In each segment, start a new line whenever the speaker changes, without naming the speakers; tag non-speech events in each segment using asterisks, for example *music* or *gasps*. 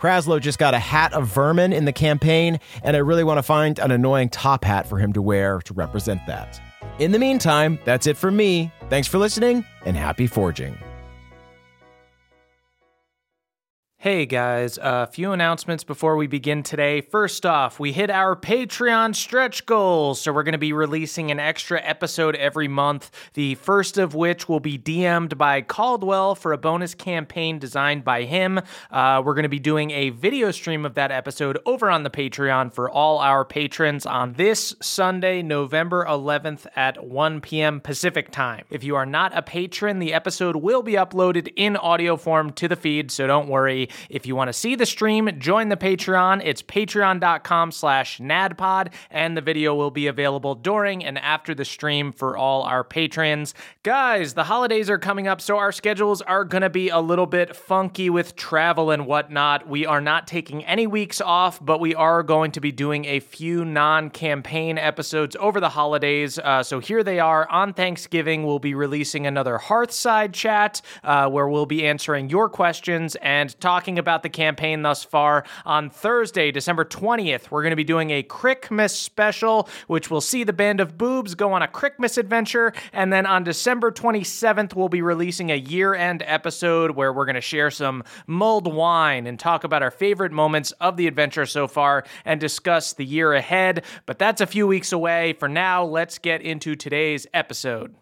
Kraslow just got a hat of vermin in the campaign, and I really want to find an annoying top hat for him to wear to represent that. In the meantime, that's it from me. Thanks for listening and happy forging.
Hey guys, a few announcements before we begin today. First off, we hit our Patreon stretch goals, so we're going to be releasing an extra episode every month. The first of which will be DM'd by Caldwell for a bonus campaign designed by him. Uh, we're going to be doing a video stream of that episode over on the Patreon for all our patrons on this Sunday, November 11th at 1 p.m. Pacific time. If you are not a patron, the episode will be uploaded in audio form to the feed, so don't worry. If you want to see the stream, join the Patreon. It's patreon.com slash nadpod, and the video will be available during and after the stream for all our patrons. Guys, the holidays are coming up, so our schedules are going to be a little bit funky with travel and whatnot. We are not taking any weeks off, but we are going to be doing a few non campaign episodes over the holidays. Uh, so here they are. On Thanksgiving, we'll be releasing another Hearthside chat uh, where we'll be answering your questions and talking about the campaign thus far. On Thursday, December 20th, we're going to be doing a Crickmas special, which will see the Band of Boobs go on a Crickmas adventure. And then on December 27th, we'll be releasing a year end episode where we're going to share some mulled wine and talk about our favorite moments of the adventure so far and discuss the year ahead. But that's a few weeks away. For now, let's get into today's episode.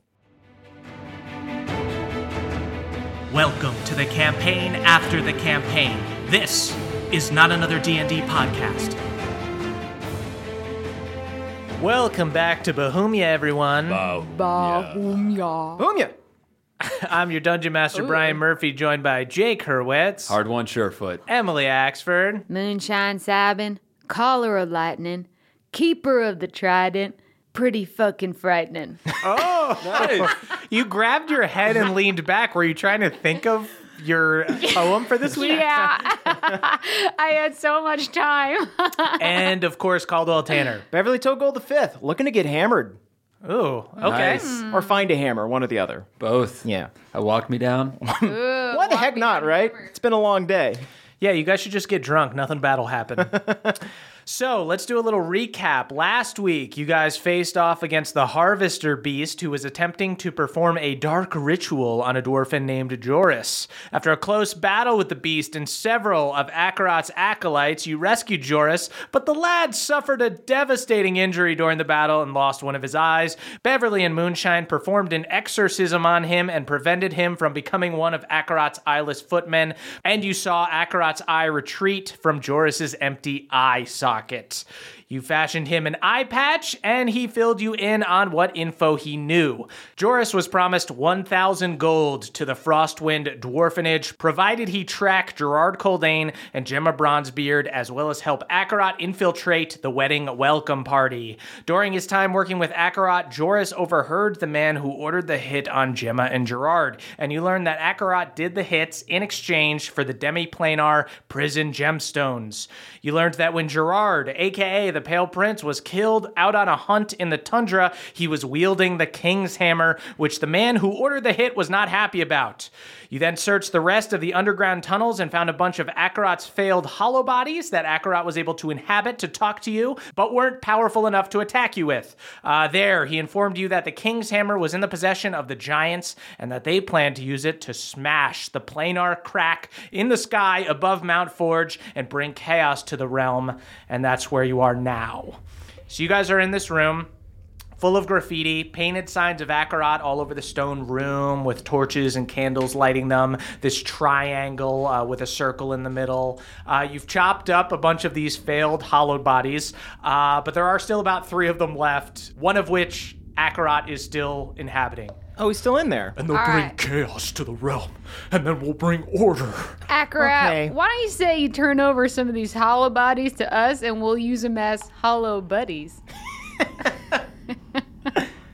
Welcome to the campaign after the campaign. This is not another D&D podcast. Welcome back to Bohemia everyone.
Boom ya!
*laughs* I'm your dungeon master Brian Murphy joined by Jake Hurwitz,
Hard one, Surefoot.
Emily Axford,
Moonshine Sabin, Caller of Lightning, Keeper of the Trident, pretty fucking frightening.
Nice.
You grabbed your head and leaned back. Were you trying to think of your *laughs* poem for this week?
*laughs* yeah. *laughs* I had so much time. *laughs*
And of course, Caldwell Tanner.
Beverly Togold the fifth, looking to get hammered
Ooh, okay.
Nice.
or find a hammer, one or the other.
Both.
Yeah.
I walked me
*laughs*
down. Uh,
Why the heck not, right? It's been a long day.
Yeah, you guys should just get drunk. Nothing bad will happen. so let's do a little recap. Last week, you guys faced off against the Harvester Beast, who was attempting to perform a dark ritual on a dwarfen named Joris. After a close battle with the beast and several of Akarat's acolytes, you rescued Joris, but the lad suffered a devastating injury during the battle and lost one of his eyes. Beverly and Moonshine performed an exorcism on him and prevented him from becoming one of Akarat's eyeless footmen, and you saw Akarat's eye retreat from Joras's empty eye socket. You fashioned him an eye patch, and he filled you in on what info he knew. Joris was promised 1,000 gold to the Frostwind Dwarfenage, provided he track Gerard Coldane and Gemma Bronzebeard, as well as help Akarat infiltrate the wedding welcome party. During his time working with Akarat, Joris overheard the man who ordered the hit on Gemma and Gerard, and you learn that Akarat did the hits in exchange for the demiplanar prison gemstones. You learned that when Gerard, aka the Pale Prince was killed out on a hunt in the tundra. He was wielding the King's Hammer, which the man who ordered the hit was not happy about. You then searched the rest of the underground tunnels and found a bunch of Akarot's failed hollow bodies that Akarot was able to inhabit to talk to you, but weren't powerful enough to attack you with. Uh, there, he informed you that the King's Hammer was in the possession of the giants and that they planned to use it to smash the planar crack in the sky above Mount Forge and bring chaos to the realm. And that's where you are now. So you guys are in this room full of graffiti, painted signs of Akarot all over the stone room with torches and candles lighting them, this triangle uh, with a circle in the middle. Uh, you've chopped up a bunch of these failed hollowed bodies, uh, but there are still about three of them left, one of which Akarot is still inhabiting.
Oh, he's still in there.
And they'll
All
bring
right.
chaos to the realm, and then we'll bring order.
Akra,
Okay.
why don't you say you turn over some of these hollow bodies to us and we'll use them as hollow buddies? *laughs*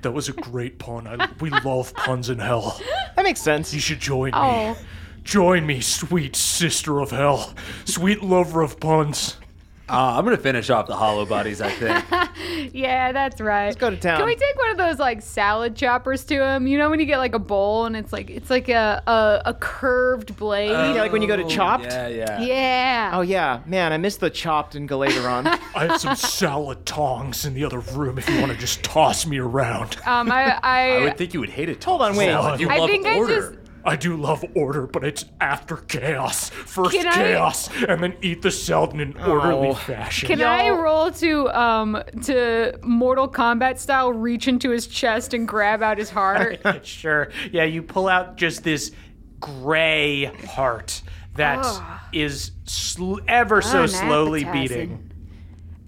That was a great pun. I, we love puns in hell.
That makes sense.
You should join
Oh.
me. Join me, sweet sister of hell, sweet lover of puns.
Uh, I'm gonna finish off the hollow bodies. I
*laughs*
think.
Yeah, that's right. Let's
go to town.
Can we take one of those like salad choppers to him? You know when you get like a bowl and it's like it's like a a, a curved blade.
You
Uh,
know, like when you go to Chopped.
Yeah, yeah.
yeah.
Oh yeah, man, I missed the Chopped in Galateron.
I
*laughs*
have some salad tongs in the other room if you want to just toss me around.
Um, I I,
I would think you would hate it.
Hold on, wait.
You
I
love
think I
order.
just-
I do love order, but it's after chaos. First
Can I-
chaos, and then eat the salad in an orderly
Oh.
fashion.
Can I roll to um to Mortal Kombat style reach into his chest and grab out his *laughs* heart?
sure. Yeah, you pull out just this gray heart that is sl- ever so slowly
Unappetizing.
beating.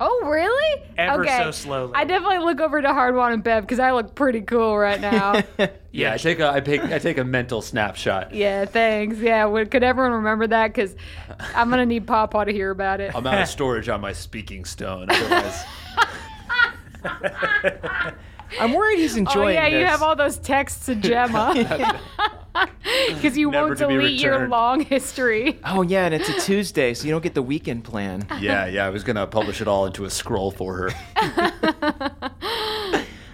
oh, really?
Ever
okay.
so slowly.
I definitely look over to Hardwan and Bev because I look pretty cool right *laughs* now.
Yeah, I take a I take I take a mental snapshot.
yeah, thanks. Yeah, would, could everyone remember that? Because I'm gonna need Pawpaw to hear about it.
I'm out
*laughs*
of storage on my speaking stone. Otherwise,
I'm worried he's
Oh
enjoying
yeah, you
this.
have all those texts to *laughs* Gemma because you
Never
won't
to be
delete your
returned.
long history.
oh yeah, and it's a Tuesday, so you don't get the weekend plan.
yeah, yeah. I was gonna publish it all into a scroll for her.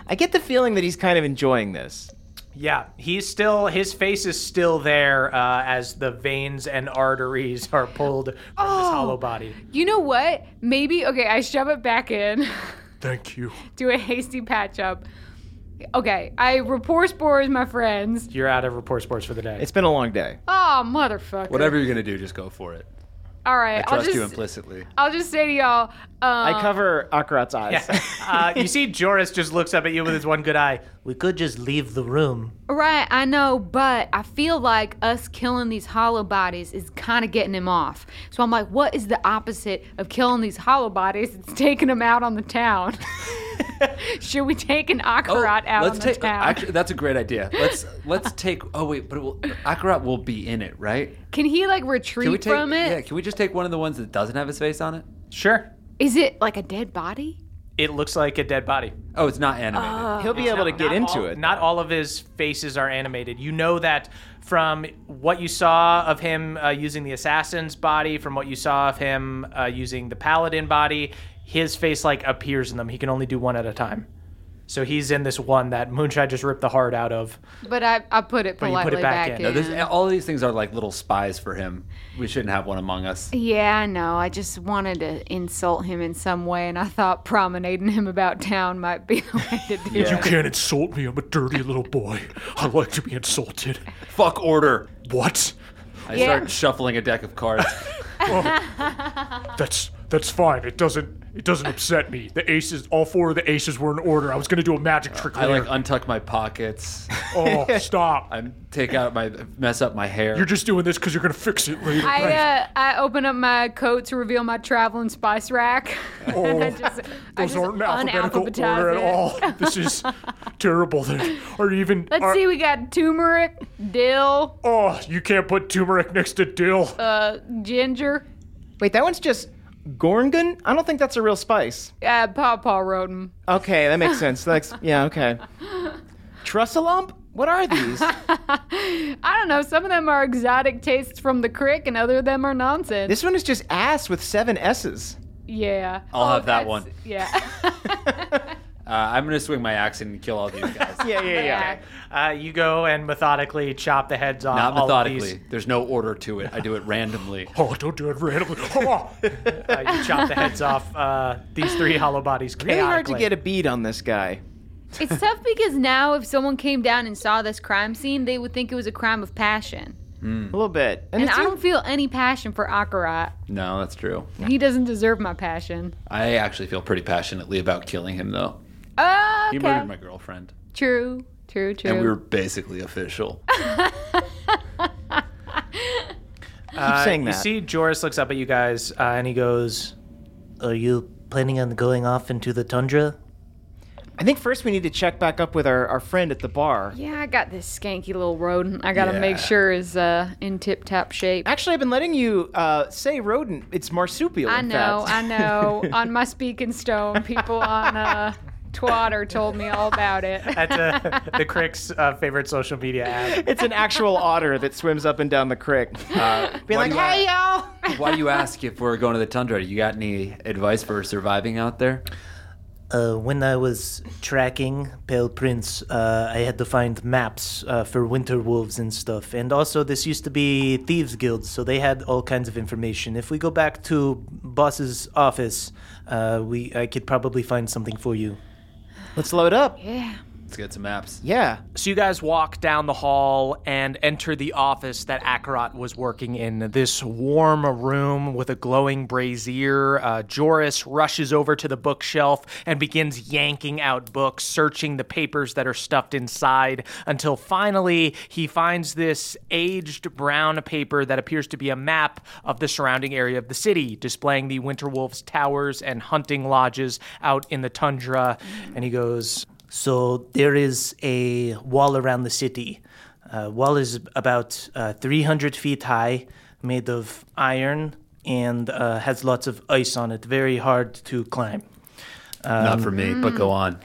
I get the feeling that he's kind of enjoying this.
Yeah, he's still his face is still there uh, as the veins and arteries are pulled from this
Oh.
hollow body.
You know what? Maybe okay. I shove it back in. *laughs*
Thank you.
do a hasty patch up. Okay, I rapport spores my friends.
You're out of report sports for the day.
It's been a long day.
Oh, motherfucker.
Whatever you're gonna do, just go for it.
All right,
I trust
will just,
you implicitly.
I'll just say to y'all, um,
I cover Akarat's eyes.
uh, you see, Joris just looks up at you with his one good eye. We could just leave the
*laughs*
room.
right, I know, but I feel like us killing these hollow bodies is kind of getting him off. So I'm like, what is the opposite of killing these hollow bodies? It's *laughs* taking them out on
*laughs*
the town. Should we take an Akarat out on
Oh, let's
the
take. uh,
town?
Actually, that's a great idea. Let's let's take. Oh wait, but it will, Akarat will be in it, right?
can he like
Can we
retreat
take?
from it?
Yeah. Can we just take one of the ones that doesn't have his face on it?
Sure.
Is it like a dead body?
It looks like a dead body.
Oh, it's not animated.
He'll be able to get into it.
Not all of his faces are animated. You know that from what you saw of him uh, using the assassin's body, from what you saw of him uh, using the paladin body, his face like appears in them. He can only do one at a time. So he's in this one that Moonshine just ripped the heart out of.
But I, I put it
you
politely
put it back
back,
in.
in.
No,
This- all these things are like little spies for him. We shouldn't have one among us.
Yeah, I know. I just wanted to insult him in some way, and I thought promenading him about town might be *laughs* the way to do
Yeah.
You can't insult me. I'm a dirty little boy. I like to be insulted.
Fuck order.
What?
I start shuffling a deck of cards.
That's that's fine. It doesn't it doesn't upset me. The aces, all four of the aces were in order. I was gonna do a
Uh,
magic trick
I like
later.
untuck my pockets.
*laughs*
oh, stop!
I take out my mess up my hair.
You're just doing this because you're gonna fix it later.
I,
right?
uh, I open up my coat to reveal my traveling spice rack. *laughs*
Oh,
I just, I
those
just
aren't in alphabetical
unalphabetize
order at
it.
all.
*laughs*
This is terrible. There are even.
Let's
are-
see, we got turmeric, dill,
Oh, you can't put turmeric next to dill.
uh, ginger.
Wait, that one's just Gorgon? I don't think that's a real spice.
Uh, Pawpaw wrote 'em.
Okay, that makes sense. That's yeah, okay. Trussalump? What are these?
I don't know. Some of them are exotic tastes from the crick, and other of them are nonsense.
this one is just ass with seven S's.
Yeah. Oh,
I'll have that
that's-
one.
Yeah. *laughs*
Uh, I'm gonna swing my axe and kill all these guys.
Yeah, yeah, yeah. Uh, you go and methodically chop the heads off.
Not
all of these.
methodically. There's no order to it. I do it randomly.
Oh, don't do it randomly. Oh.
*laughs* Uh, you chop the heads off uh, these three hollow bodies chaotically.
Really hard to get a bead on this guy.
it's tough because now if someone came down and saw this crime scene, they would think it was a crime of passion.
Hmm.
A little bit. And,
And
it's
I don't feel any passion for Akarat.
No, that's true.
He doesn't deserve my passion.
I actually feel pretty passionately about killing him, though.
Oh,
He
okay.
murdered my girlfriend,
True. True, true.
and we were basically official.
Uh,
saying
You
that.
see, Joris looks up at you guys uh, and he goes, "Are you planning on going off into the tundra?" *laughs*
I think first we need to check back up with our, our friend at the bar.
yeah, I got this skanky little rodent. I gotta make
Yeah.
sure is uh, in tip-top shape.
Actually, I've been letting you uh, say rodent. It's marsupial.
I
in
know,
fact.
I
*laughs*
know. on my speaking stone, people on uh, Twitter told me all about
*laughs*
it.
That's uh, the Crick's uh, favorite social media app.
*laughs* It's an actual otter that swims up and down
*laughs*
the creek. Being
why
like,
do you-
hey, y'all.
Why do you ask if we're going to the tundra? You got any advice for surviving out there?
Uh, when I was tracking Pale Prince, uh, I had to find maps uh, for winter wolves and stuff. And also, this used to be Thieves Guild, so they had all kinds of information. If we go back to Boss's office, uh, we I could probably find something for you.
Let's load up.
Let's get some maps.
Yeah.
So you guys walk down the hall and enter the office that Akarat was working in. This warm room with a glowing brazier. Uh, Joris rushes over to the bookshelf and begins yanking out books, searching the papers that are stuffed inside, until finally he finds this aged brown paper that appears to be a map of the surrounding area of the city, displaying the Winterwolf's towers and hunting lodges out in the tundra. And he goes, so there is a wall around the city. Uh, wall is about uh, 300 feet high, made of iron, and uh, has lots of ice on it. Very hard to climb.
Not for me, but go on.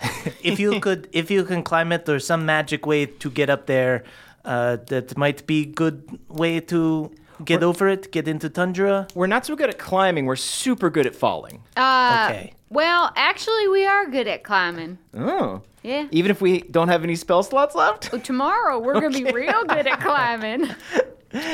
If you could, if you can climb it, there's some magic way to get up there. Uh, that might be good way to get over it, get into tundra.
We're not so good at climbing. We're super good at falling.
Uh,
Okay.
Well, actually, we are good at climbing.
Oh.
Yeah.
Even if we don't have any spell slots left?
*laughs* Tomorrow, we're gonna be real good at climbing.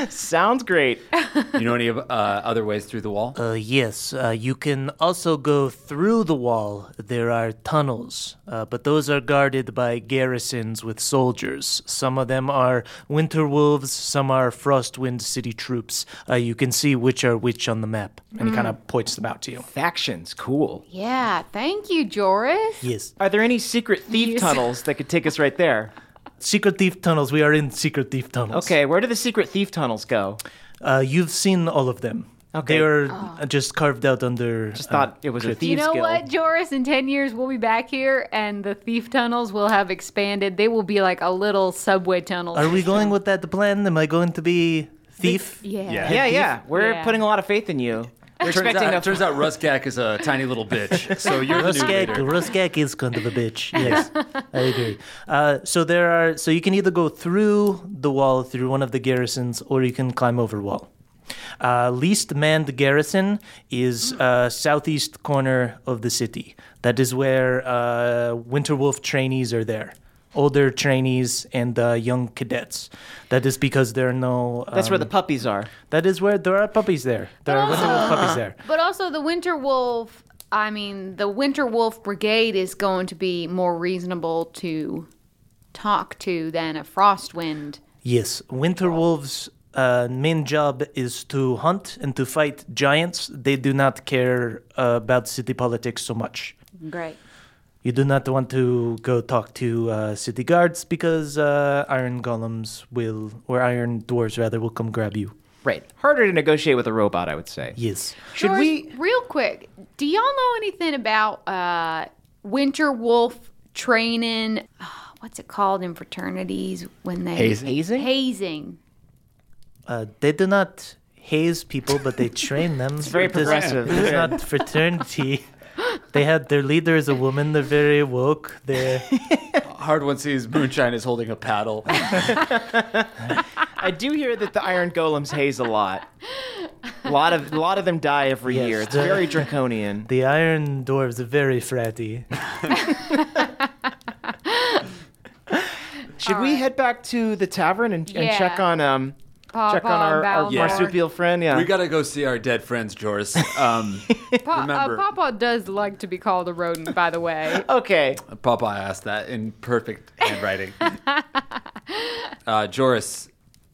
Sounds great.
*laughs* You know any uh, other ways through the wall?
Uh, yes, uh, you can also go through the wall. There are tunnels, uh, but those are guarded by garrisons with soldiers. Some of them are winter wolves, some are frostwind city troops. Uh, you can see which are which on the map. And
Mm.
he kind of points them out to you.
Factions. Cool.
yeah, thank you, Joris.
Yes.
Are there any secret thief
Yes.
tunnels that could take us right
*laughs*
there?
Secret thief tunnels. We are in secret thief tunnels.
Okay, where do the secret thief tunnels go?
Uh, you've seen all of them. They
Okay.
are uh, just carved out under. uh,
Just thought it was a thieves
You know
guild.
what, Joris? In 10 years, we'll be back here and the thief tunnels will have expanded. They will be like a little subway tunnel.
are we going with that plan? Am I going to be thief?
*laughs* yeah.
Yeah, yeah. We're
Yeah.
putting a lot of faith in you. We're
Turns out,
expecting a
turns out Ruskak is a tiny little *laughs* bitch. So you're the new
Ruskak,
leader.
Ruskak is kind of a bitch. Yes, I agree. Uh, so there are. So you can either go through the wall through one of the garrisons, or you can climb over wall. Uh, least manned garrison is uh, southeast corner of the city. That is where uh, Winterwolf trainees are there, older trainees and uh, young cadets. That is because there are no.
That's where
um,
the puppies are.
That is where there are puppies there. There are Winterwolf
Ah.
puppies there.
But also, the Winter Wolf, I mean, the Winter Wolf Brigade is going to be more reasonable to talk to than a Frostwind.
Yes, winter wolves' uh, main job is to hunt and to fight giants. They do not care uh, about city politics so much.
Great.
You do not want to go talk to uh, city guards because uh, iron golems will, or iron dwarves rather, will come grab you.
Right. Harder to negotiate with a robot, I would say.
Yes.
Should we?
Real quick, do y'all know anything about uh, Winter Wolf training? *sighs* ah, What's it called in fraternities when they
Hazing?
hazing?
Uh, they do not haze people, but they
*laughs*
train them. it's
very progressive.
It's not fraternity. They had their leader is a woman. They're very woke.
*laughs*
They're
Hard one sees Moonshine is holding a paddle.
*laughs* I do hear that the iron golems haze a lot. A lot of a lot of them die every year. It's very draconian.
The Iron Dwarves are very fratty.
Should we head back to the tavern and, and check
Yeah.
on um
Paw,
check
paw,
on our, our
bow, bow.
marsupial friend? Yeah.
We gotta go see our dead friends, Joris. *laughs* Um,
Pa-
remember-
uh, Papa does like to be called a rodent, by the way.
okay.
Papa asked that in perfect *laughs* handwriting. uh, Joris,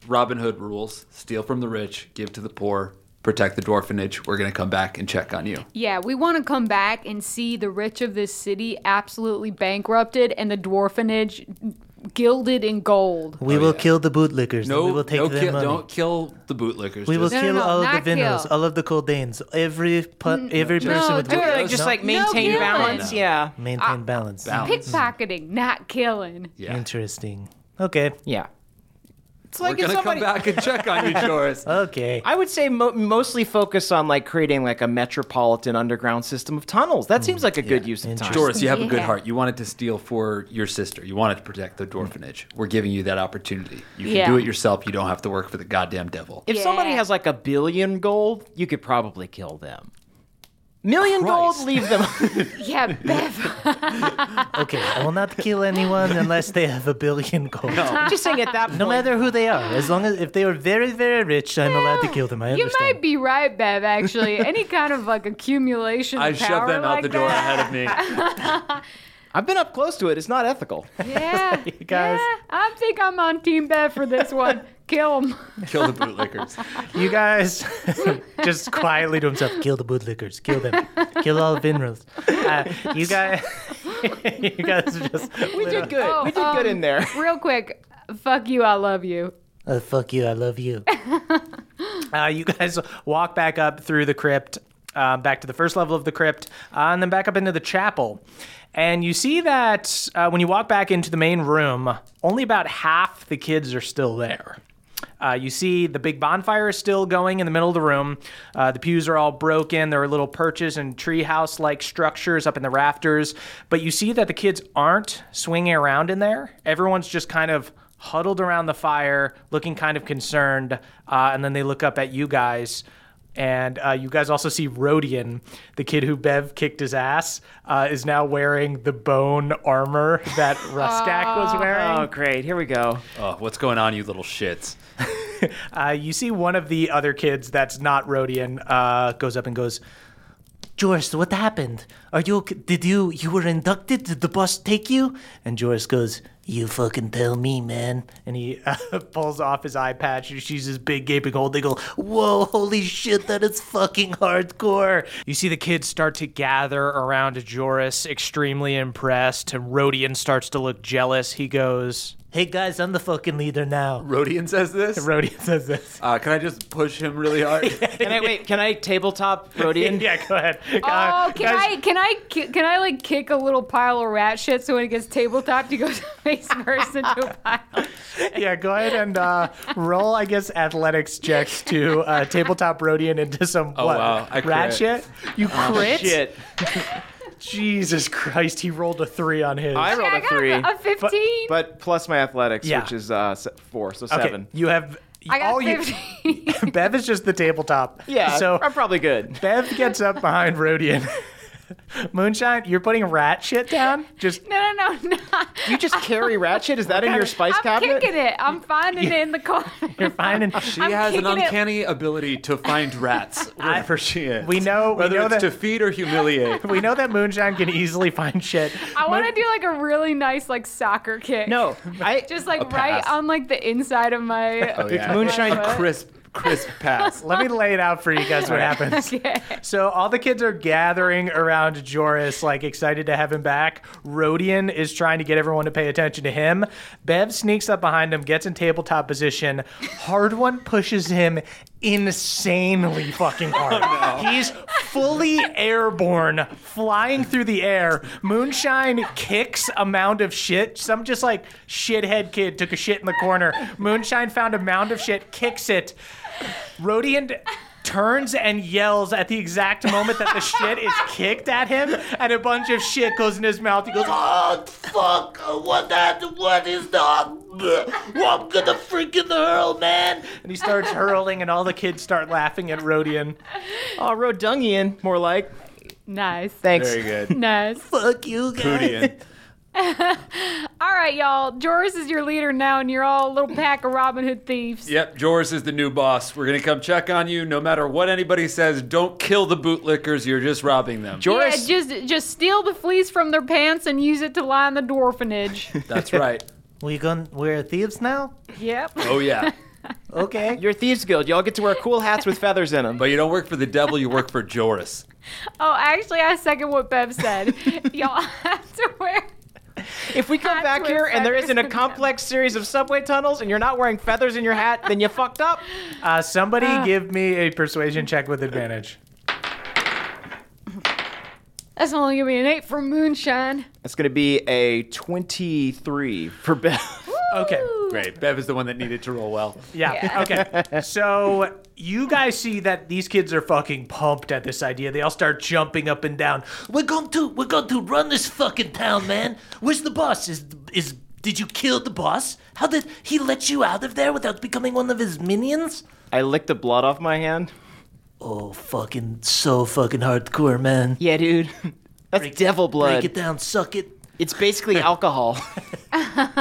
Robin Hood rules: steal from the rich, give to the poor, protect the dwarfenage. We're gonna come back and check on you.
*laughs* Yeah, we want to come back and see the rich of this city absolutely bankrupted and the dwarfenage gilded in gold.
We will kill the bootlickers. and
No,
we will take
Oh, no,
their
kill,
money.
don't kill the bootlickers.
We will
just-
No, no,
kill
no,
all
not
of the Vinos,
kill.
all of the Coldanes, every pu- every person
no,
with
do it.
No?
Just,
like,
maintain No, balance.
Yeah.
maintain balance.
Pickpocketing, not killing.
Yeah.
Interesting. Okay.
Yeah.
We're gonna come back and check on you,
*laughs*
Joris.
Okay.
I would say mo- mostly focus on like creating like a metropolitan underground system of tunnels. That seems like a good use of time.
Doris, you have a good
Yeah.
heart. You wanted to steal for your sister. You wanted to protect the orphanage. We're giving you that opportunity. You can
Yeah.
do it yourself. You don't have to work for the goddamn devil.
If
Yeah.
somebody has like a billion gold, you could probably kill them. Million
Christ.
gold, leave *laughs* them.
Yeah, Bev.
Okay. I will not kill anyone unless they have
*laughs*
a billion gold. No.
I'm just saying at that point.
matter who they are, as long as if they are very, very rich, I'm allowed to kill them. I
You
understand.
*laughs* might be right, Bev, actually. Any kind of like accumulation.
I
of
shoved
power
them out
like
the door *laughs*
that.
ahead of me.
I've been up close to it. It's not ethical. *laughs*
Yeah.
guys.
Yeah, I think I'm on Team Bev for this one. Kill him. *laughs*
Kill the bootlickers.
You guys *laughs*
*laughs*
just quietly to himself, kill the bootlickers, kill them, kill all the Vinros. Uh, you guys, *laughs* you guys
*laughs*
are just.
We did good.
Oh,
we did
um,
good in there.
*laughs* Real quick, fuck you, I love you.
Oh, fuck you, I love you. uh, you guys walk back up through the crypt, uh, back to the first level of the crypt, uh, and then back up into the chapel. And you see that uh, when you walk back into the main room, only about half the kids are still there. Uh, you see the big bonfire is still going in the middle of the room. Uh, the pews are all broken. There are little perches and treehouse like structures up in the rafters. But you see that the kids aren't swinging around in there. Everyone's just kind of huddled around the fire, looking kind of concerned. Uh, and then they look up at you guys. And uh, you guys also see Rodian, the kid who Bev kicked his ass, uh, is now wearing the bone armor that Ruskak was wearing.
Oh, great. Here we go.
Oh, what's going on, you little shits?
Uh, you see one of the other kids that's not Rodian uh, goes up and goes, Joris, what happened? Are you? ok- Did you? You were inducted? Did the bus take you? And Joris goes, "You fucking tell me, man." And he *laughs* uh, pulls off his eye patch. And she's this big gaping hole. They go, "Whoa, holy shit, that is fucking hardcore."
You see the kids start to gather around Joris, extremely impressed. And Rodian starts to look jealous. He goes,
Hey guys, I'm the fucking leader now.
Rodian says this.
Rodian says this. *laughs*
Uh, can I just push him really hard?
Can I wait? Can I tabletop
*laughs*
Rodian?
Yeah, go ahead.
Uh,
Oh, can I can I ki- can I like kick a little pile of rat shit so when it gets tabletopped, you go *laughs* face first into a pile.
Yeah, go ahead and uh, roll, I guess, athletics checks to uh, tabletop Rodian into some
Oh,
what,
wow, I
rat
crit.
shit? You crit?
Oh, Shit.
Jesus Christ, he rolled a three on
*laughs*
his.
I rolled
I
a
got
three,
a fifteen.
but plus my athletics,
Yeah.
which is uh, se- four, so
okay,
seven.
You have.
I got
all you-
fifteen. *laughs*
Bev is just the tabletop.
Yeah,
So
I'm probably good.
Bev gets up behind Rodian. *laughs* Moonshine, you're putting rat shit down? Just
no, no, no, no. *laughs*
You just carry ratchet? Is that in your spice
I'm
cabinet?
kicking it. I'm finding it in the corner.
you're finding.
She
I'm
has an
kicking it.
uncanny ability to find rats
*laughs*
wherever she is.
We know. We
whether
know
it's
that.
to feed or *laughs* humiliate.
we know that Moonshine can easily find shit.
I want to do like a really nice like soccer kick.
No, I
just like
A
right
pass.
on like the inside of my.
*laughs* Oh, yeah.
Moonshine-
a crisp, crisp
*laughs*
pass.
Let me lay it out for you guys
*laughs*
what happens.
Okay.
So all the kids are gathering around Joris, like excited to have him back. Rodian is trying to get everyone to pay attention to him. Bev sneaks up behind him, gets in tabletop position. Hard one pushes him insanely fucking hard. He's fully airborne, flying through the air. Moonshine kicks a mound of shit. Some just like shithead kid took a shit in the corner. Moonshine found a mound of shit, kicks it. Rodian turns and yells at the exact moment that the shit is kicked at him, and a bunch of shit goes in his mouth. He goes, "Oh fuck! What that? What is the? *laughs* Well, I'm gonna freaking hurl, man!" And he starts hurling, and all the kids start laughing at Rodian.
Oh, Rodungian, more like.
Nice.
Thanks.
good.
Nice.
Fuck you guys. *laughs*
Pootian.
All right, y'all. Joris is your leader now, and you're all a little pack of Robin Hood thieves.
Yep, Joris is the new boss. We're gonna come check on you no matter what anybody says. Don't kill the bootlickers, you're just robbing *laughs* them.
Joris,
Yeah, just just steal the fleece from their pants and use it to line the
*laughs*
orphanage.
That's right.
we going we're thieves now?
yep.
Oh yeah.
Okay.
You're a thieves guild. Y'all get to wear cool hats with feathers in them.
But you don't work for the devil, you work for Joris.
Oh, actually, I second what Bev said. *laughs* y'all have to wear.
if we come
hats
back
with
here and there
feathers
isn't
in
a
'em.
complex series of subway tunnels and you're not wearing feathers in your hat, then you fucked up.
Uh, somebody give me a persuasion check with advantage.
That's only gonna be an eight for moonshine.
That's going to be a 23 for Beth.
Okay.
Great. Bev is the one that needed to roll well.
Yeah. Okay. So you guys see that these kids are fucking pumped at this idea. They all start jumping up and down. We're going to we're going to run this fucking town, man. Where's the boss? Is is did you kill the boss? How did he let you out of there without becoming one of his minions?
I licked the blood off my hand.
Oh, fucking so fucking hardcore, man.
Yeah, dude. That's devil blood.
Break it down, suck it.
It's *laughs* basically alcohol.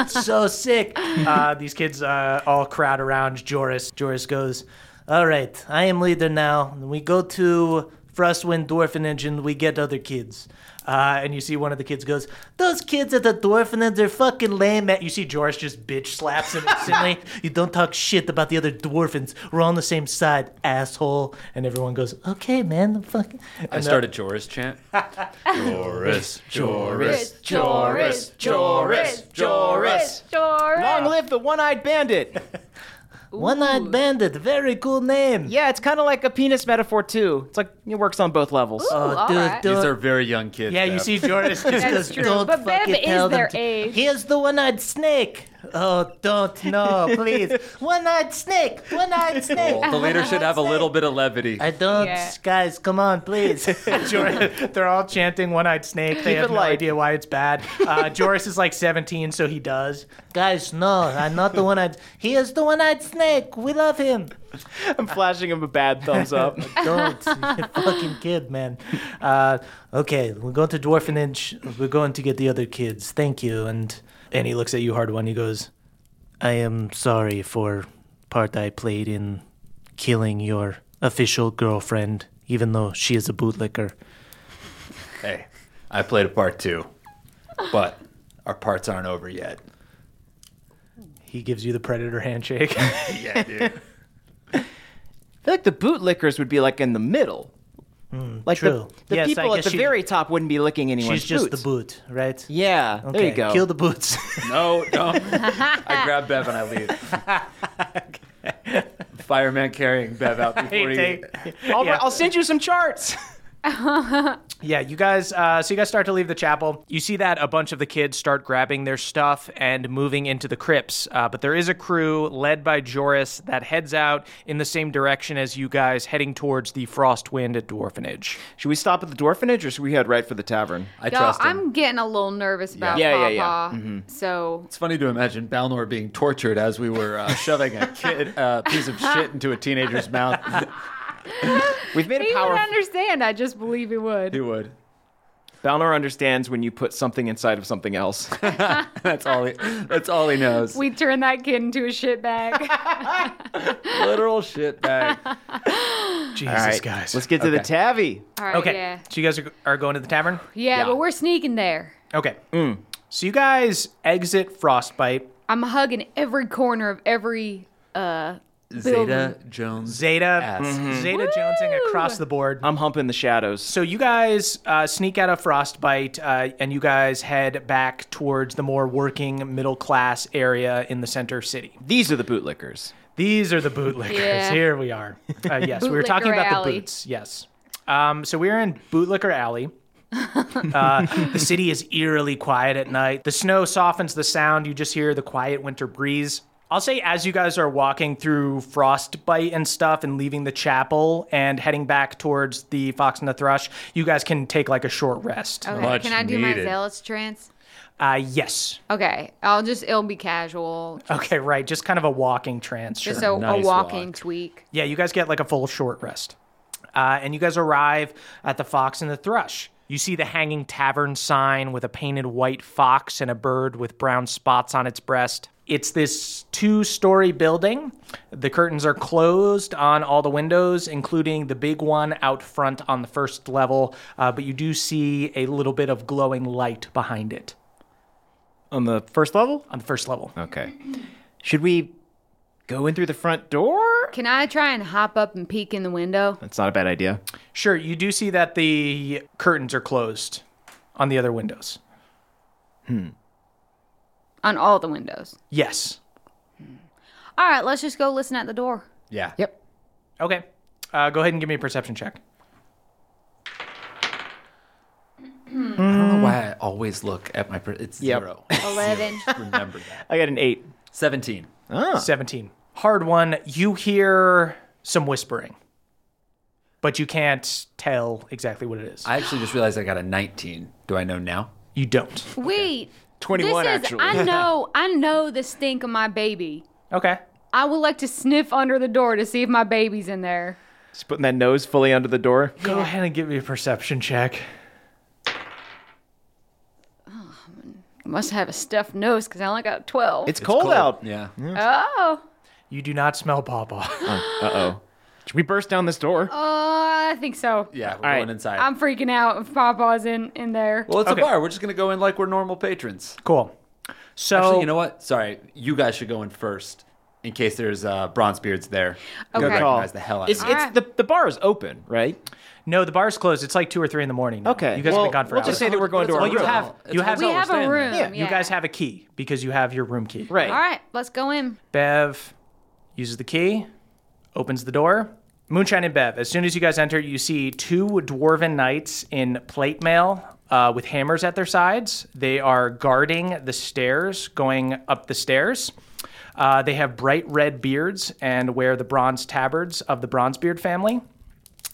so sick. Uh, these kids uh, all crowd around Joris. Joris goes, All right, I am leader now. We go to Frostwind Dwarfenage and we get other kids. Uh, and you see one of the kids goes, Those kids at the Dwarfenage are fucking lame. man." You see Joris just bitch slaps him instantly. you don't talk shit about the other Dwarfens. We're all on the same side, asshole. And everyone goes, Okay, man. Fuck.
I started Joris chant. *laughs* Joris, Joris,
Joris,
Joris, Joris.
Joris.
Long live the one eyed bandit.
One eyed bandit, very cool name.
Yeah, it's kind of like a penis metaphor, too. It's like it works on both levels.
Ooh, all
dude,
right.
dude.
These are very young kids.
Yeah, you
Bev.
see Joris just
*laughs* That's
goes,
true.
don't
But Bev
fucking
is
tell them
their
to-
age.
Here's the one-eyed snake. Oh, don't, *laughs* no, please. one-eyed snake, *laughs* one-eyed snake.
The leader should have a little bit of levity.
I don't,
Yeah.
guys, come on, please. *laughs* Joris, they're all chanting one-eyed snake. They
Keep
have
it
no
light.
idea why it's bad. *laughs* Uh, Joris is like 17, so he does. Guys, no, I'm not the one-eyed. Here's the one-eyed snake. We love him.
I'm flashing him a bad thumbs up.
Don't, *laughs* fucking kid, man. Uh, okay, we're going to Dwarfenage. We're going to get the other kids. Thank you. And and he looks at you hard one. He goes, I am sorry for part I played in killing your official girlfriend, even though she is a bootlicker.
Hey, I played a part too, but our parts aren't over yet.
He gives you the predator handshake.
Yeah, dude.
I feel like the bootlickers would be like in the middle. like
Hmm, true.
the, the
Yes, I
people at
guess
the
she-
very top wouldn't be licking anyone's
She's just
boots.
the boot, right?
Yeah, there you go.
Kill
*laughs*
the boots. *laughs*
No, no. I grab Bev and I leave. *laughs* Fireman carrying Bev out before he.
All
Yeah.
right, I'll send you some charts.
Yeah, you guys. Uh, so you guys start to leave the chapel. You see that a bunch of the kids start grabbing their stuff and moving into the crypts. Uh, but there is a crew led by Joris that heads out in the same direction as you guys, heading towards the Frostwind at Dwarfenage.
Should we stop at the dwarfenage or should we head right for the tavern?
I
Y'all,
trust him.
I'm getting a little nervous about
Yeah, yeah,
Papa.
yeah.
So
It's funny to imagine Balnor being tortured as we were uh, shoving a kid, uh, piece of shit into a teenager's mouth. *laughs*
We've made
he
a power.
would understand. I just believe he would.
he would.
Balnor understands when you put something inside of something else.
That's all. He, that's all he knows.
We turn that kid into a shitbag.
Literal shit bag.
Jesus, guys.
Let's get to the tavy.
All right.
okay,
Yeah.
so you guys are, are going to the tavern.
yeah. But we're sneaking there.
Okay. So you guys exit Frostbite.
I'm hugging every corner of every. uh
Zeta Mm-hmm. Jones.
Zeta,
Ass.
Zeta Jonesing across the board.
I'm humping the shadows.
So you guys uh, sneak out of Frostbite, uh, and you guys head back towards the more working middle class area in the center city.
These are the bootlickers.
These are the bootlickers.
Yeah.
Here we are.
*laughs*
Uh, yes, we were talking
Bootlicker
about
Alley.
the boots. Yes. Um, so we are in
*laughs*
Bootlicker Alley. Uh, the city is eerily quiet at night. The snow softens the sound. You just hear the quiet winter breeze. I'll say as you guys are walking through Frostbite and stuff and leaving the chapel and heading back towards the Fox and the Thrush, you guys can take like a short rest.
Okay.
Much
Can I do my
needed.
zealots trance?
Uh, yes.
Okay. I'll just it'll be casual.
Okay, right. Just kind of a walking trance. Sure.
Just a, a
Nice
walking
walk.
tweak.
Yeah, you guys get like a full short rest. Uh, and you guys arrive at the Fox and the Thrush. You see the hanging tavern sign with a painted white fox and a bird with brown spots on its breast. It's this two story building. The curtains are closed on all the windows, including the big one out front on the first level, uh, but you do see a little bit of glowing light behind it
On the first level?
on the first level.
Okay. Should we go in through the front door?
Can I try and hop up and peek in the window?
That's not a bad idea.
Sure, you do see that the curtains are closed on the other windows.
On all the windows.
Yes.
All right, let's just go listen at the door.
Yeah.
Yep.
Okay. Uh, go ahead and give me a perception check.
I don't know why I always look at my. Per- it's
Yep.
zero.
11.
Remember that.
I got an eight.
Seventeen.
17. Hard one. You hear some whispering, but you can't tell exactly what it is.
I actually just realized I got a nineteen. Do I know now?
you don't.
Wait. this
21
is,
actually.
I know, I know the stink of my baby.
Okay.
I would like to sniff under the door to see if my baby's in there.
Just putting that nose fully under the door.
Go ahead and give me a perception check.
Must have a stuffed nose because I only got 12.
It's, cold, out.
Yeah.
oh.
You do not smell Pawpaw.
Uh oh. Should we burst down this door?
Uh, I think so.
Yeah. We're
right.
going inside.
I'm freaking out if Papa's in in there.
well, it's
Okay.
a bar. We're just gonna go in like we're normal patrons.
*laughs* cool. So,
Oh.
Actually, you know what? Sorry, you guys should go in first in case there's uh, Bronzebeards there. You
Okay.
would
Good
call.
recognize the hell out
It's,
of
it's
right.
the, the bar is open, right?
no, the bar's closed. It's like two or three in the morning. now.
Okay.
You guys
well,
have been gone for
We'll
hours.
just say that we're going to
Well,
our
well, you
room.
have, you have,
we have a
staying there.
room. Yeah.
you guys have a key because you have your room key.
Right.
All right, let's go in.
Bev uses the key, opens the door. Moonshine and Bev, as soon as you guys enter, you see two dwarven knights in plate mail uh, with hammers at their sides. They are guarding the stairs, going up the stairs. Uh, they have bright red beards and wear the bronze tabards of the Bronzebeard family.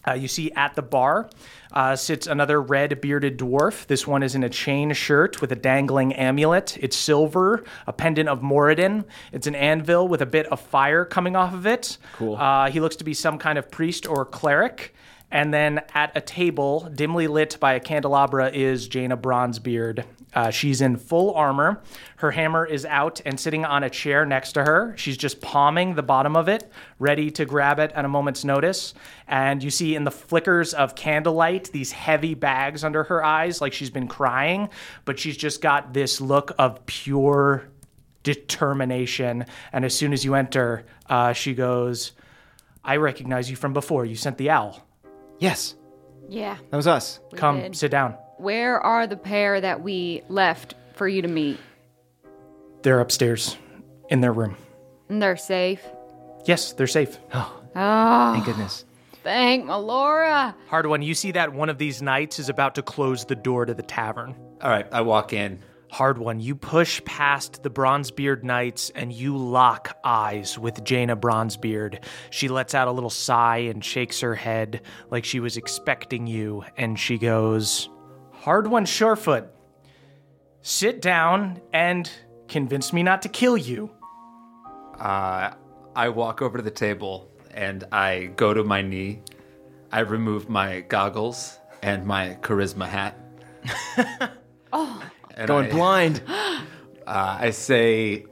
Uh, you see at the bar uh, sits another red bearded dwarf. This one is in a chain shirt with a dangling amulet. It's silver, a pendant of Moradin. It's an anvil with a bit of fire coming off of it. Cool. Uh, he looks to be some kind of priest or cleric. And then at a table, dimly lit by a candelabra, is Jaina Bronzebeard. Uh, she's in full armor. Her hammer is out and sitting on a chair next to her. She's just palming the bottom of it, ready to grab it at a moment's notice. And you see in the flickers of candlelight these heavy bags under her eyes, like she's been crying, but she's just got this look of pure determination. And as soon as you enter, uh, she goes, I recognize you from before. You sent the owl.
Yes.
Yeah.
That was us.
we
Come,
did.
sit down.
Where are the pair that we left for you to meet?
They're upstairs in their room.
And they're safe.
Yes, they're safe.
Thank goodness.
Thank my Laura.
Hard one. You see that one of these knights is about to close the door to the tavern.
it. All right, I walk in.
Hard one. You push past the Bronzebeard Knights and you lock eyes with Jaina Bronzebeard. She lets out a little sigh and shakes her head like she was expecting you, and she goes, Hard one, Surefoot, sit down and convince me not to kill you.
Uh, I walk over to the table and I go to my knee. I remove my goggles and my charisma
*laughs*
hat. oh,
Going *laughs* blind.
Uh, I say,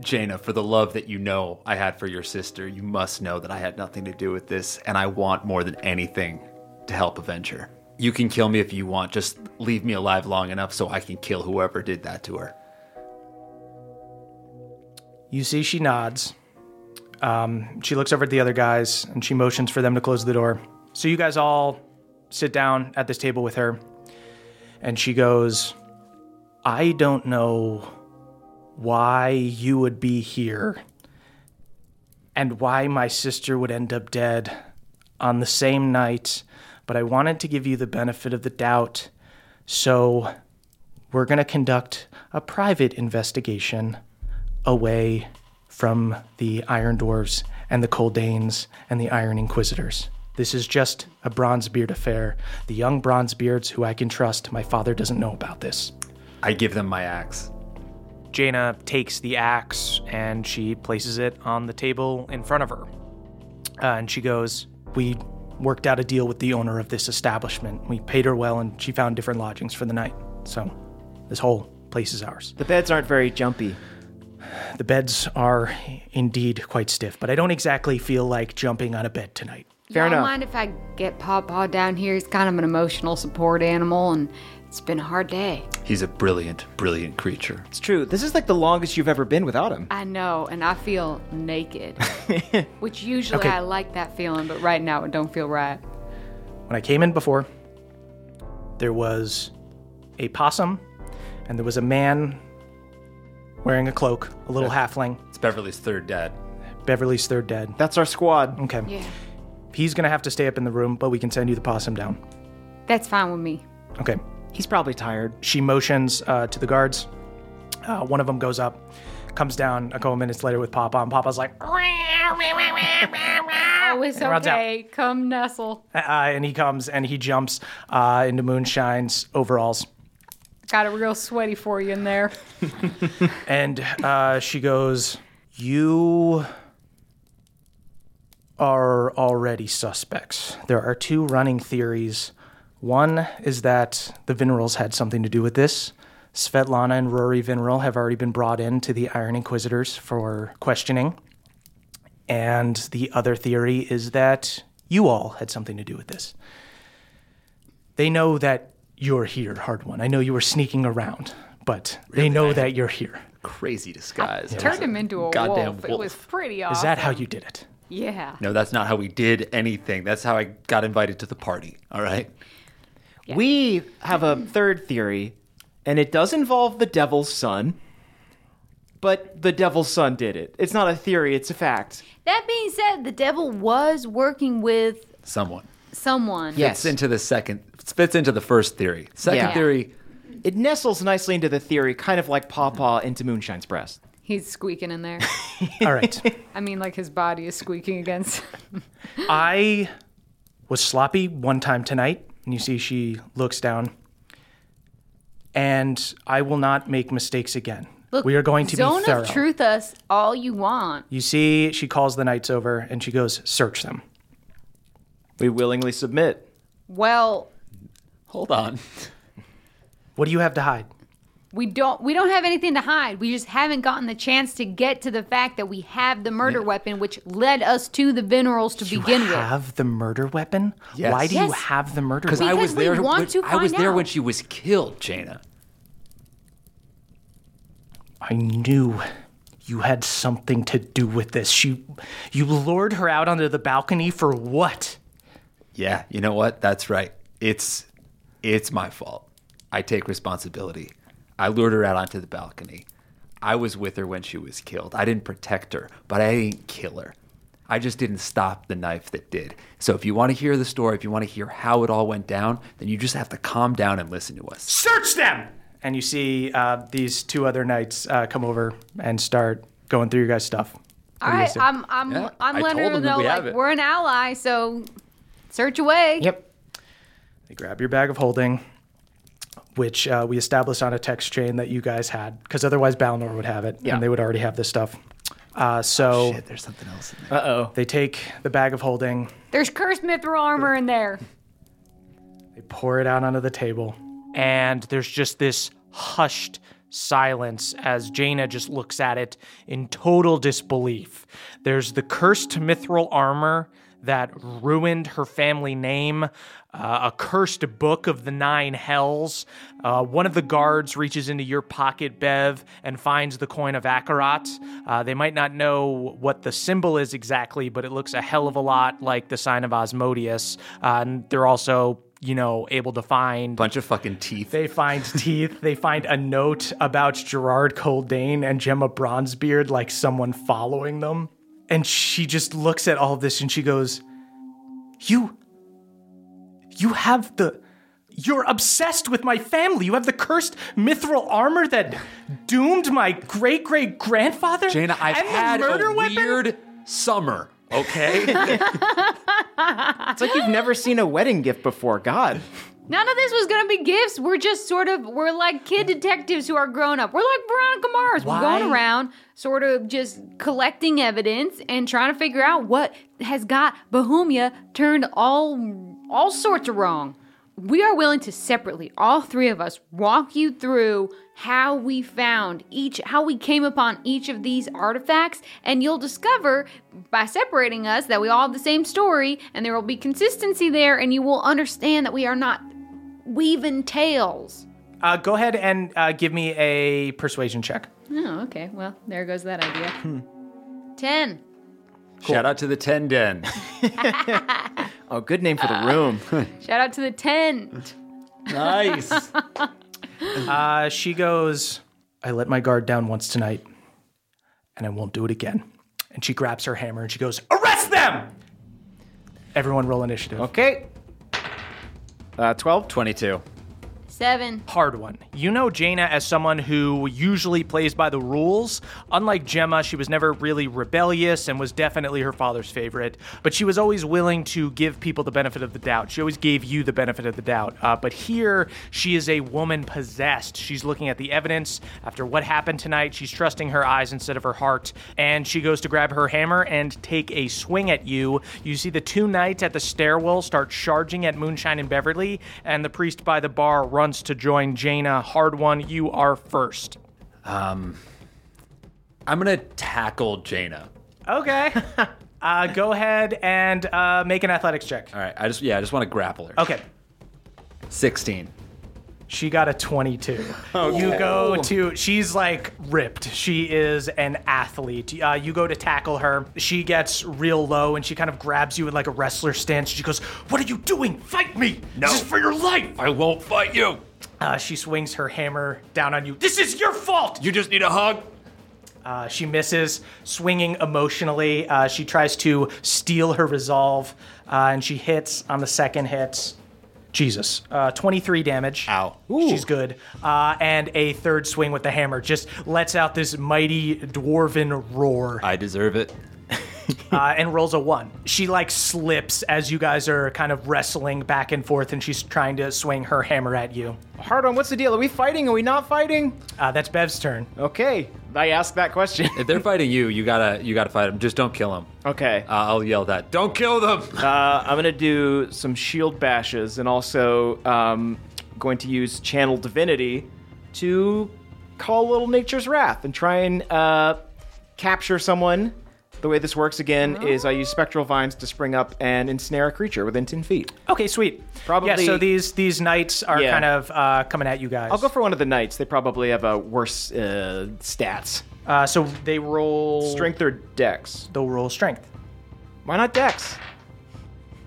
Jaina, for the love that you know I had for your sister, you must know that I had nothing to do with this, and I want more than anything to help avenge her. You can kill me if you want, just leave me alive long enough so I can kill whoever did that to her.
You see, she nods. Um, she looks over at the other guys and she motions for them to close the door. So you guys all sit down at this table with her. And she goes, I don't know why you would be here and why my sister would end up dead on the same night, but I wanted to give you the benefit of the doubt. So we're going to conduct a private investigation away from the Iron Dwarves and the Coldanes and the Iron Inquisitors. This is just a Bronzebeard affair. The young Bronzebeards who I can trust, my father doesn't know about this.
I give them my axe.
Jaina takes the axe and she places it on the table in front of her. Uh, and she goes, We worked out a deal with the owner of this establishment. We paid her well and she found different lodgings for the night. So this whole place is ours.
The beds aren't very jumpy.
The beds are indeed quite stiff, but I don't exactly feel like jumping on a bed tonight.
Fair
Y'all
enough.
mind if I get Paw Paw down here? He's kind of an emotional support animal, and it's been a hard day.
He's a brilliant, brilliant creature.
It's true. This is like the longest you've ever been without him.
I know, and I feel naked, which usually I like that feeling, but right now it don't feel right.
When I came in before, there was a possum and there was a man wearing a cloak, a little halfling.
It's Beverly's third dad.
Beverly's third dead.
That's our squad.
Okay.
Yeah,
He's gonna have to stay up in the room, but we can send you the possum down.
that's fine with me.
Okay.
He's probably tired.
She motions uh, to the guards. Uh, one of them goes up, comes down a couple minutes later with Papa, and Papa's like, "Uh,
Oh, it's
Everyone's out.
okay. Come nestle.
uh," and he comes and he jumps uh, into Moonshine's overalls.
Got it real sweaty for you in there.
And uh, she goes, You are already suspects. There are two running theories. One is that the Vinerals had something to do with this. Svetlana and Rory Vineral have already been brought in to the Iron Inquisitors for questioning. And the other theory is that you all had something to do with this. They know that you're here, Hard One. I know you were sneaking around, but they know that you're here.
Crazy disguise. That was
Turned him into a
goddamn
wolf. It was pretty awesome.
Is that how you did it?
Yeah.
No, that's not how we did anything. That's how I got invited to the party. All right.
We have a third theory, and it does involve the devil's son. But the devil's son did it. It's not a theory, it's a fact.
That being said, the devil was working with
Someone.
someone.
Fits into the second fits into the first theory. Second
Yeah.
theory,
It nestles nicely into the theory, kind of like Pawpaw into Moonshine's breast.
He's squeaking in there.
All right.
*laughs* I mean, like his body is squeaking against.
I was sloppy one time tonight, and you see she looks down. And I will not make mistakes again. we are going to
zone
be thorough.
of truth us all you want.
You see, she calls the knights over and she goes, "Search them."
We willingly submit.
Well,
hold on.
What do you have to hide?
we don't we don't have anything to hide. We just haven't gotten the chance to get to the fact that we have the murder weapon, which led us to the Venerals to begin with.
Have the murder weapon?
Yes.
Why do you
Yes.
have the murder
Because
weapon?
I
Because
was
we
there
want
when,
to
I was
find
there
out.
when she was killed, Jaina.
I knew you had something to do with this. She, you lured her out onto the balcony for what?
Yeah, you know what? That's right. It's it's my fault. I take responsibility. I lured her out onto the balcony. I was with her when she was killed. I didn't protect her, but I didn't kill her. I just didn't stop the knife that did. So if you want to hear the story, if you want to hear how it all went down, then you just have to calm down and listen to us.
search them. And you see uh, these two other knights uh, come over and start going through your guys' stuff.
All right, I'm I'm
Yeah,
I'm
I
letting
told
her
him that
know
we have
like
it.
we're an ally, so search away.
Yep. They grab your bag of holding, which uh, we established on a text chain that you guys had, because otherwise Balnor would have it,
Yeah.
and they would already have this stuff. Uh, so
Oh, Shit, there's something else in there.
Uh oh.
they take the bag of holding,
There's cursed mithril armor in there.
They pour it out onto the table. And there's just this hushed silence as Jaina just looks at it in total disbelief. There's the cursed mithril armor that ruined her family name, uh, a cursed book of the nine hells. Uh, one of the guards reaches into your pocket, Bev, and finds the coin of Akarat. Uh, they might not know what the symbol is exactly, but it looks a hell of a lot like the sign of Osmodius. Uh, and they're also you know, able to find.
Bunch of fucking teeth.
They find teeth. They find a note about Gerard Coldane and Gemma Bronzebeard, like someone following them. And she just looks at all of this and she goes, You. You have the. You're obsessed with my family. You have the cursed mithril armor that doomed my great great grandfather.
Jana, I've
and the
had
murder
a
weapon?
weird summer. Oh, Okay,
It's like you've never seen a wedding gift before. God.
None of this was gonna be gifts. We're just sort of we're like kid detectives who are grown up. We're like Veronica Mars. We're going around, sort of just collecting evidence and trying to figure out what has got Bohemia turned all all sorts of wrong. We are willing to separately, all three of us, walk you through how we found each, how we came upon each of these artifacts, and you'll discover by separating us that we all have the same story, and there will be consistency there, and you will understand that we are not weaving tales.
Uh, go ahead and uh, give me a persuasion check.
Oh, okay. Well, there goes that idea. Hmm. Ten.
shout out to the Ten
*laughs*
Den.
Oh, good name for
Uh,
the
*laughs*
room.
Shout out to the *laughs* tent.
Nice.
Uh, she goes, I let my guard down once tonight, and I won't do it again. And she grabs her hammer and she goes, Arrest them! Everyone roll initiative.
okay. Uh, 12?
22.
Seven.
Hard one. You know Jaina as someone who usually plays by the rules. Unlike Gemma, she was never really rebellious and was definitely her father's favorite, but she was always willing to give people the benefit of the doubt. She always gave you the benefit of the doubt. Uh, but here, she is a woman possessed. She's looking at the evidence after what happened tonight. She's trusting her eyes instead of her heart, and she goes to grab her hammer and take a swing at you. You see the two knights at the stairwell start charging at Moonshine and Beverly, and the priest by the bar runs to join Jaina. Hard one, you are first.
I'm gonna tackle Jaina.
Okay. *laughs* uh, go ahead and uh, make an athletics check.
All right, I just yeah, I just want to grapple her.
Okay.
16.
She got a 22.
Oh,
You go to, she's like ripped. She is an athlete. Uh, you go to tackle her. She gets real low and she kind of grabs you in like a wrestler stance. She goes, What are you doing? Fight me! This is for your life!
I won't fight you.
Uh, she swings her hammer down on you. This is your fault!
You just need a hug.
Uh, she misses, swinging emotionally. Uh, she tries to steal her resolve uh, and she hits on the second hit. Jesus. Uh, 23 damage.
Ow.
She's good. Uh, and a third swing with the hammer just lets out this mighty dwarven roar
I deserve it.
uh, and rolls a one. She like slips as you guys are kind of wrestling back and forth and she's trying to swing her hammer at you.
Hard on, what's the deal? Are we fighting? Are we not fighting?
Uh, that's Bev's turn.
Okay. I asked that question. *laughs*
If they're fighting you, you gotta you gotta fight them. Just don't kill them.
okay.
Uh, I'll yell that. Don't kill them. *laughs*
Uh, I'm gonna do some shield bashes and also um, going to use channel divinity to call little nature's wrath and try and uh, capture someone. The way this works again is I use spectral vines to spring up and ensnare a creature within ten feet.
Okay, sweet. Yeah,
Probably-
so these these knights are
Yeah.
kind of uh, coming at you guys.
I'll go for one of the knights. They probably have a worse uh, stats,
Uh, so they roll
strength or dex.
They'll roll strength.
Why not dex?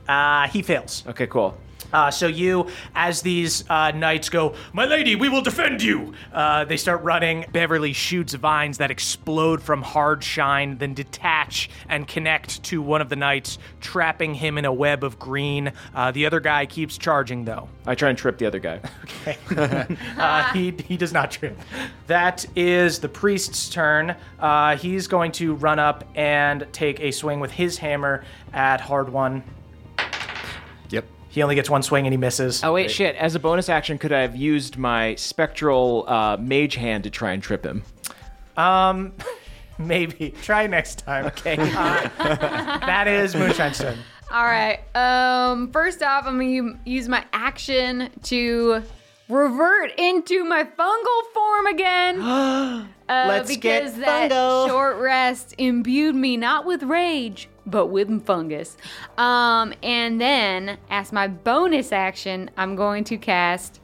Uh, he fails.
Okay, cool.
Uh, so you, as these uh, knights go, my lady, we will defend you. Uh, they start running. Beverly shoots vines that explode from hard shine, then detach and connect to one of the knights, trapping him in a web of green. Uh, the other guy keeps charging though.
I try and trip the other guy. *laughs*
Uh, he, he does not trip. That is the priest's turn. Uh, he's going to run up and take a swing with his hammer at hard one.
yep.
He only gets one swing and he misses.
Oh wait, shit! As a bonus action, could I have used my spectral uh, mage hand to try and trip him?
Um, *laughs* maybe try next time. Okay. *laughs* that is Moonshine's turn.
All right. Um, first off, I'm gonna u- use my action to revert into my fungal form
*gasps*
again. uh,
Let's get
because that
fungal.
short rest imbued me not with rage, but with fungus. Um, and then as my bonus action, I'm going to cast,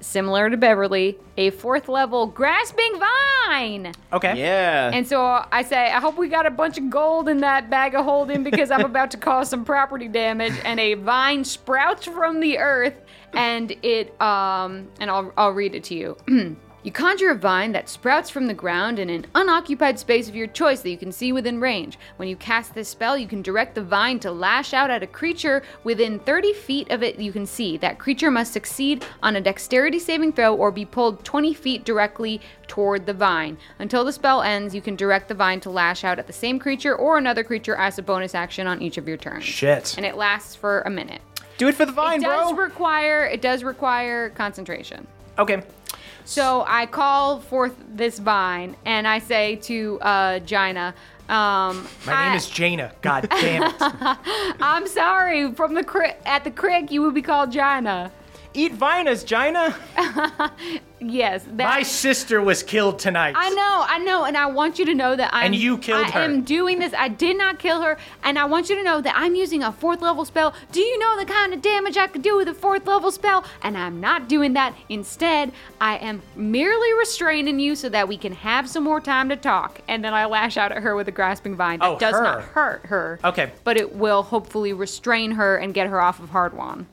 similar to Beverly, a fourth level grasping vine.
Okay.
Yeah.
And so I say, I hope we got a bunch of gold in that bag of holding because I'm about to cause some property damage. And a vine sprouts from the earth, and it um, and I'll I'll read it to you. *clears throat* You conjure a vine that sprouts from the ground in an unoccupied space of your choice that you can see within range. When you cast this spell, you can direct the vine to lash out at a creature within 30 feet of it you can see. That creature must succeed on a dexterity saving throw or be pulled 20 feet directly toward the vine. Until the spell ends, you can direct the vine to lash out at the same creature or another creature as a bonus action on each of your turns.
Shit.
And it lasts for a minute.
Do it for the vine,
it does
bro.
require it does require concentration.
okay.
So I call forth this vine and I say to uh, Gina, um,
My
I,
name is Jaina. God
*laughs*
damn it.
I'm sorry. From the cri- at the crick, you would be called Gina.
Eat vinas, Gina.
Yes, that,
My sister was killed tonight.
I know, I know, and I want you to know that I'm.
And you killed
I
her.
am doing this. I did not kill her, and I want you to know that I'm using a fourth level spell. Do you know the kind of damage I could do with a fourth level spell? And I'm not doing that. Instead, I am merely restraining you so that we can have some more time to talk. And then I lash out at her with a grasping vine that
Oh,
does not
her.
hurt her.
Okay.
But it will hopefully restrain her and get her off of Hardwan.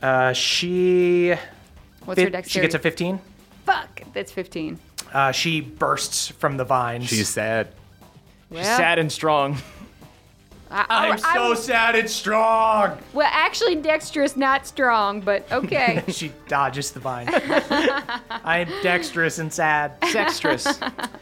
Uh, she.
What's her
Fi-
dexterity?
she gets a 15.
Fuck. That's 15.
Uh, she bursts from the vines.
She's sad.
Well,
Sad and strong.
I,
I'm
I-
so sad and strong.
Well, actually, dexterous, not strong, but
*laughs*
okay.
She dodges
*laughs*
the vine. I'm dexterous and sad.
Sextress.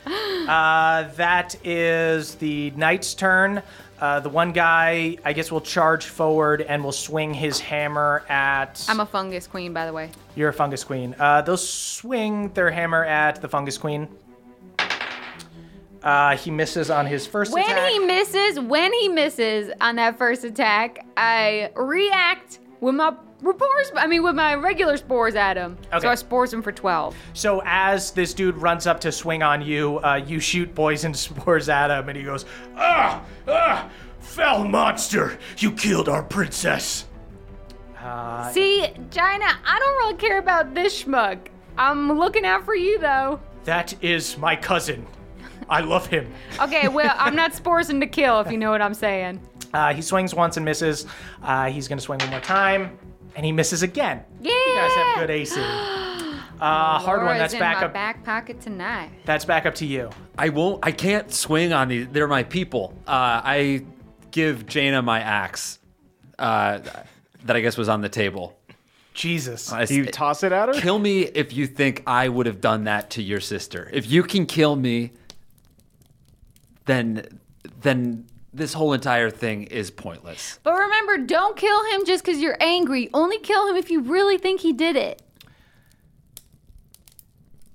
*laughs* Uh, that is the knight's turn. Uh, the one guy, I guess, will charge forward and will swing his hammer at.
I'm a fungus queen, by the way.
You're a fungus queen. Uh, they'll swing their hammer at the fungus queen. Uh, he misses on his first
When
attack.
he misses, when he misses on that first attack, I react with my rapport, sp- I mean, with my regular spores at him.
Okay.
So I spores him for 12.
so as this dude runs up to swing on you, uh, you shoot poison *laughs* spores at him, and he goes,
Ah! Ah! Foul monster! You killed our princess!
See, Gina, I don't really care about this schmuck. I'm looking out for you, though.
"That is my cousin."
I
*laughs*
love him.
*laughs*
Okay, well, I'm not sporesing to kill, if you know what I'm saying.
Uh, he swings once and misses. Uh, he's gonna swing one more time, and he misses again.
Yeah!
You guys have
*gasps*
good AC. Uh, hard one.
Laura's
That's
in
back
my
up.
back pocket tonight.
That's back up to you.
I won't. I can't swing on these. They're my people. Uh, I give Jaina my axe, uh, that I guess was on the table.
Jesus.
I s- eh,
Do you *laughs* toss it at her?
kill me if you think I would have done that to your sister. If you can kill me, then then this whole entire thing is pointless.
But remember, don't kill him just because you're angry. Only kill him if you really think he did it.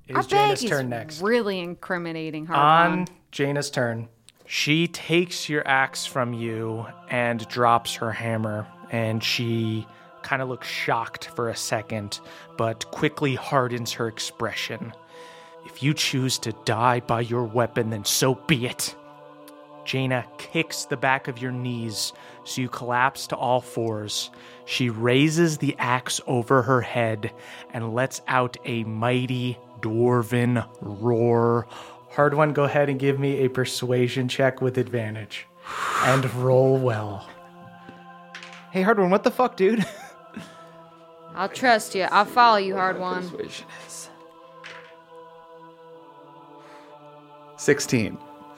It is
bag
Jana's
is
turn next.
Really incriminating her.
On Jaina's turn, she takes your axe from you and drops her hammer, and she kind of looks shocked for a second, but quickly hardens her expression. If you choose to die by your weapon, then so be it. Jaina kicks the back of your knees so you collapse to all fours. She raises the axe over her head and lets out a mighty dwarven roar. Hard one, go ahead and give me a persuasion check with advantage and roll well.
Hey, hard one. What the fuck, dude? *laughs*
I'll trust you. I'll follow you, hard one.
Persuasion is sixteen.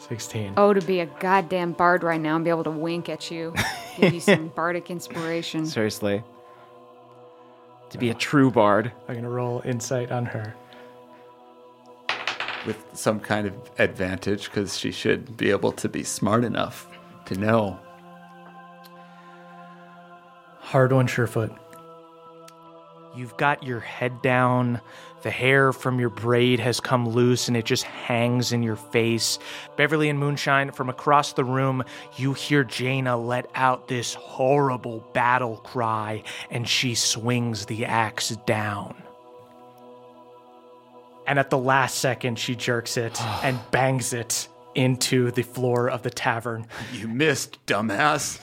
16.
Oh, to be a goddamn bard right now and be able to wink at
*laughs*
you, give you some bardic inspiration.
Seriously. To be a true bard.
I'm going to roll insight on her.
with some kind of advantage because she should be able to be smart enough to know.
Hard one, Surefoot. You've got your head down. The hair from your braid has come loose and it just hangs in your face. Beverly and Moonshine, from across the room, you hear Jaina let out this horrible battle cry and she swings the axe down. And at the last second, she jerks it and bangs it into the floor of the tavern.
You missed, dumbass.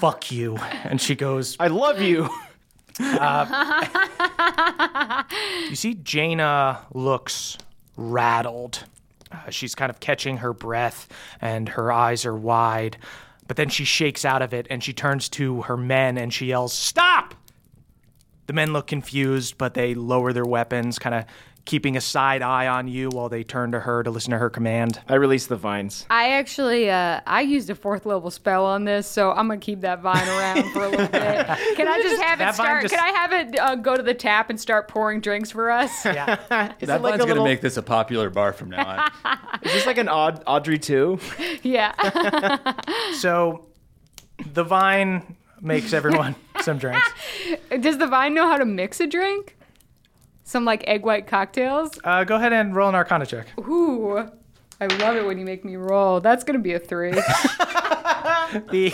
Fuck you. And she goes,
I love you. *laughs*
You see, Jaina looks rattled. Uh, she's kind of catching her breath and her eyes are wide. But then she shakes out of it and she turns to her men and she yells, Stop! The men look confused, but they lower their weapons, kind of keeping a side eye on you while they turn to her to listen to her command.
I release the vines.
I actually, uh, I used a fourth level spell on this, so I'm gonna keep that vine around for a little
*laughs*
bit. Can I just have it
that vine
start?
just-
Can I have it uh, go to the tap and start pouring drinks for us?
Is
That
it like
line's
a
gonna
little?
make this a popular bar from *laughs* now on.
Is this like an Aud- Audrey too?
*laughs*
*laughs*
yeah.
So the vine makes everyone some drinks.
Does the vine know how to mix a drink? Some like egg white cocktails.
Uh, go ahead and roll an arcana check.
Ooh, I love it when you make me roll. That's gonna be a *laughs* three.
The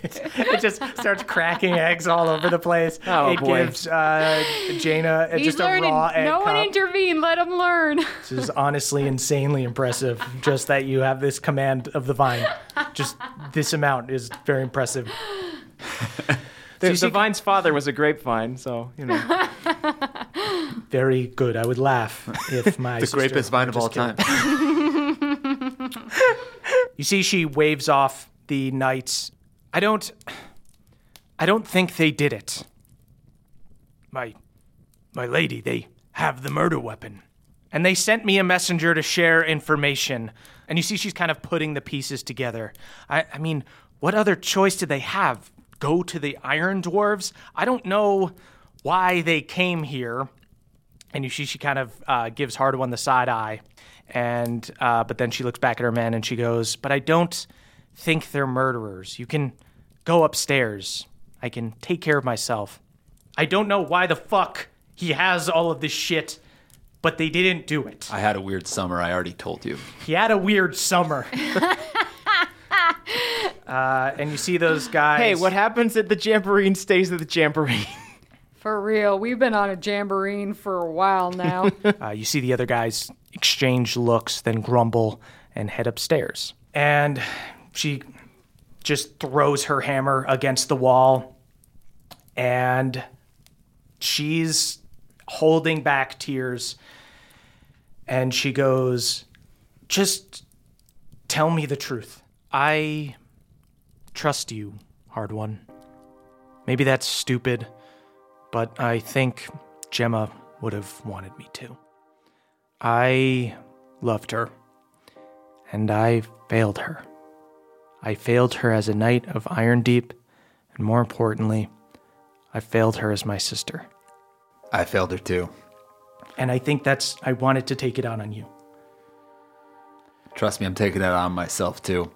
*laughs* it just starts cracking eggs all over the place.
Oh,
it
boy.
gives uh, Jaina uh,
He's
just a
learning.
raw egg
no one
cup.
intervened. Let him learn. *laughs*
This is honestly insanely impressive. Just that you have this command of the vine. Just this amount is very impressive.
*laughs* *laughs* The,
see-
the vine's father was a grapevine, so you know.
Very good. I would laugh if
the
my sister
greatest vine of
were
all
just
time.
kidding. You see, she waves off the knights. I don't. I don't think they did it. My, my lady, they have the murder weapon, and they sent me a messenger to share information. And you see, she's kind of putting the pieces together. I, I mean, what other choice did they have? Go to the Iron Dwarves? I don't know why they came here and you see she kind of uh, gives Hardwon the side eye, and uh, but then she looks back at her men and she goes, "But I don't think they're murderers. You can go upstairs. I can take care of myself. I don't know why the fuck he has all of this shit, but they didn't do it.
I had a weird summer. I already told you.
He had a weird summer." Uh, and you see those guys.
hey, what happens at the jamboree stays at the jamboree.
For real, we've been on a jamboree for a while *laughs* now.
Uh, you see the other guys exchange looks, then grumble and head upstairs. And she just throws her hammer against the wall, and she's holding back tears. And she goes, Just tell me the truth. I trust you, hard one. Maybe that's stupid, but I think Gemma would have wanted me to. I loved her, and I failed her. I failed her as a knight of Iron Deep, and more importantly, I failed her as my sister.
I failed her too.
And I think that's, I wanted to take it out on you.
Trust me, I'm taking that on myself too.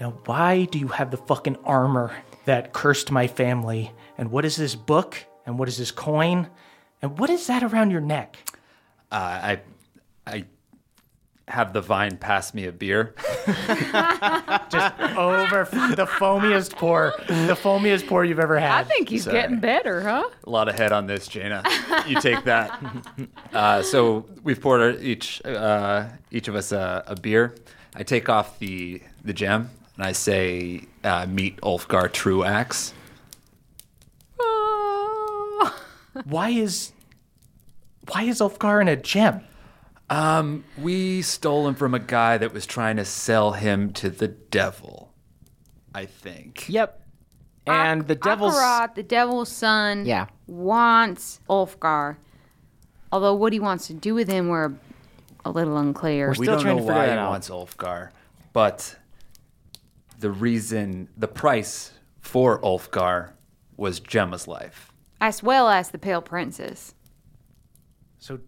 Now, why do you have the fucking armor that cursed my family? And what is this book? And what is this coin? And what is that around your neck?
Uh, I, I have the vine pass me a beer.
Over the foamiest pour, the foamiest pour you've ever
I
had.
think he's getting better, huh?
A lot of head on this, Jaina. You take *laughs* that. uh, so we've poured our, each uh, each of us a, a beer. I take off the the gem and I say, uh, "Meet Ulfgar Truax."
Oh.
Why is, why is Ulfgar in a gem?
Um, We stole him from a guy that was trying to sell him to the devil. I think.
yep. And the devil's
Akarat, the devil's son,
Yeah.
wants Ulfgar. Although what he wants to do with him, we're a little unclear.
We
Still
don't
trying
know
to figure
why
that
he
out.
wants Ulfgar, but the reason, the price for Ulfgar was Gemma's life.
As well as the Pale Princess.
So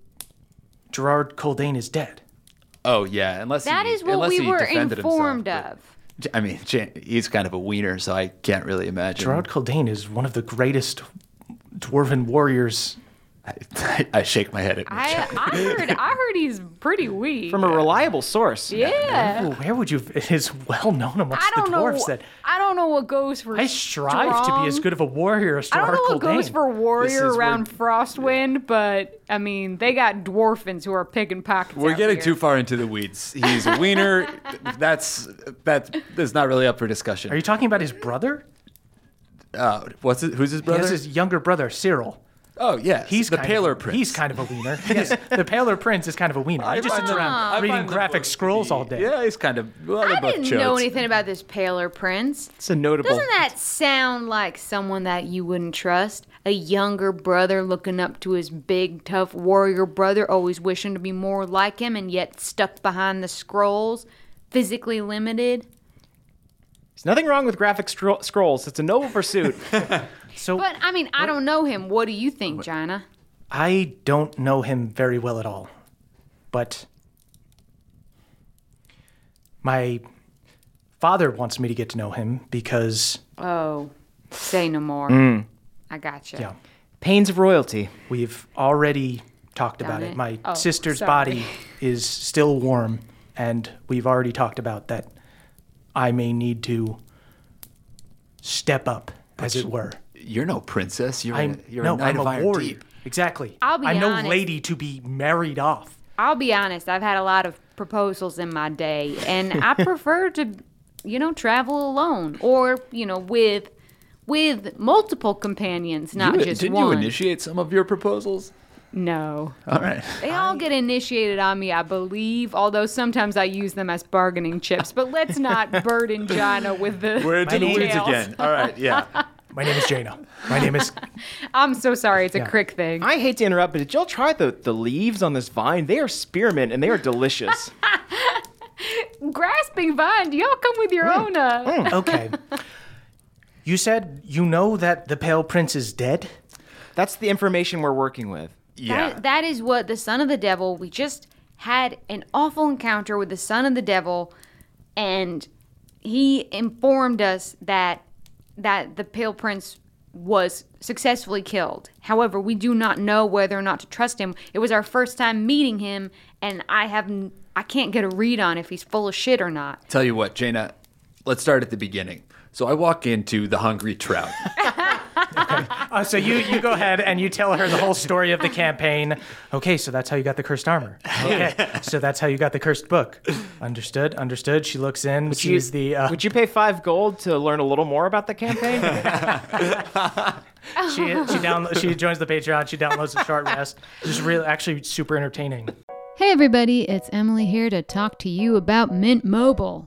Gerard Coldane is dead.
Oh yeah, unless
That
he,
is what
unless
we
he
were
defended
informed
himself,
of.
but- I mean, Jan- he's kind of a wiener, so I can't really imagine.
Gerard Coldane is one of the greatest dwarven warriors.
*laughs* I, I shake my head at
I,
Mitch.
I heard I heard he's pretty weak.
from a reliable source.
yeah.
Well, where would you? It is well known amongst
I don't
the
know.
dwarves that
I don't know what goes for.
I strive to be as
strong.
good of a warrior as
I don't
Gerard
know what
Coldane.
goes for
This
warrior
is where-
around Frostwind, but I mean they got dwarfins who are picking pockets.
We're
out
getting
here.
too far into the weeds. He's a
*laughs*
wiener. That's that is not really up for discussion.
Are you talking about his brother?
uh, what's it, who's his
He
brother?
has his younger brother, Cyril.
Oh yeah,
He's
the
kind
paler
of,
prince.
He's kind of a
*laughs*
wiener. Yes, the paler prince is kind of a wiener. he just
find
sits
them- I
around
find
reading
them
graphic
both
scrolls
to be-
all day.
Yeah, he's kind of. Well, they're
I
both
didn't know
chodes.
anything about this paler prince.
It's a notable.
Doesn't that sound like someone that you wouldn't trust? A younger brother looking up to his big, tough warrior brother, always wishing to be more like him, and yet stuck behind the scrolls, physically limited.
There's nothing wrong with graphic scro- scrolls. It's a noble
*laughs*
pursuit.
So
But I mean, I don't know him. What do you think, Jina?
I don't know him very well at all, but my father wants me to get to know him because
Oh, say no more.
Mm.
I gotcha.
Yeah.
Pains of royalty.
we've already talked about
Done
it.
it?
My
Oh,
sister's
sorry.
body is still warm, and we've already talked about that. I may need to step up, as it were.
You're no princess. You're
I'm
a, you're
no,
a knight
I'm
of
a
iron
warrior.
deep.
Exactly.
I'll be
I'm
honest.
no lady to be married off.
I'll be honest, I've had a lot of proposals in my day,
*laughs*
and I prefer to, you know, travel alone or, you know, with with multiple companions, not
You-
just
didn't
one.
you initiate some of your proposals?
no.
All right.
They all get initiated on me, I believe, although sometimes I use them as bargaining chips. But
*laughs*
let's not burden Jana with the
We're into the
details.
weeds again. All right. Yeah.
My name is Jaina. My name is
I'm so sorry, it's a crick thing.
I hate to interrupt, but did y'all try the, the leaves on this vine? They are spearmint and they
*laughs*
are delicious.
Grasping vine, do y'all come with your own uh,
Oh,
okay. You said you know that the Pale Prince is dead?
That's the information we're working with.
Yeah.
That, that is what the son of the devil. We just had an awful encounter with the son of the devil, and he informed us that that the pale prince was successfully killed. However, we do not know whether or not to trust him. It was our first time meeting him, and I have n- I can't get a read on if he's full of shit or not.
Tell you what, Jaina. Let's start at the beginning. So I walk into the hungry
*laughs*
trout.
Uh, so you, you go ahead and you tell her the whole story of the campaign. Okay, so that's how you got the cursed armor. Okay, so that's how you got the cursed book. Understood, understood. She looks in. she's
You-
the uh,
Would you pay five gold to learn a little more about
*laughs*
the campaign?
she she downloads she joins the Patreon. She downloads the short rest. Just real actually super entertaining.
Hey everybody, it's Emily here to talk to you about Mint Mobile.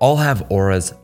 all have auras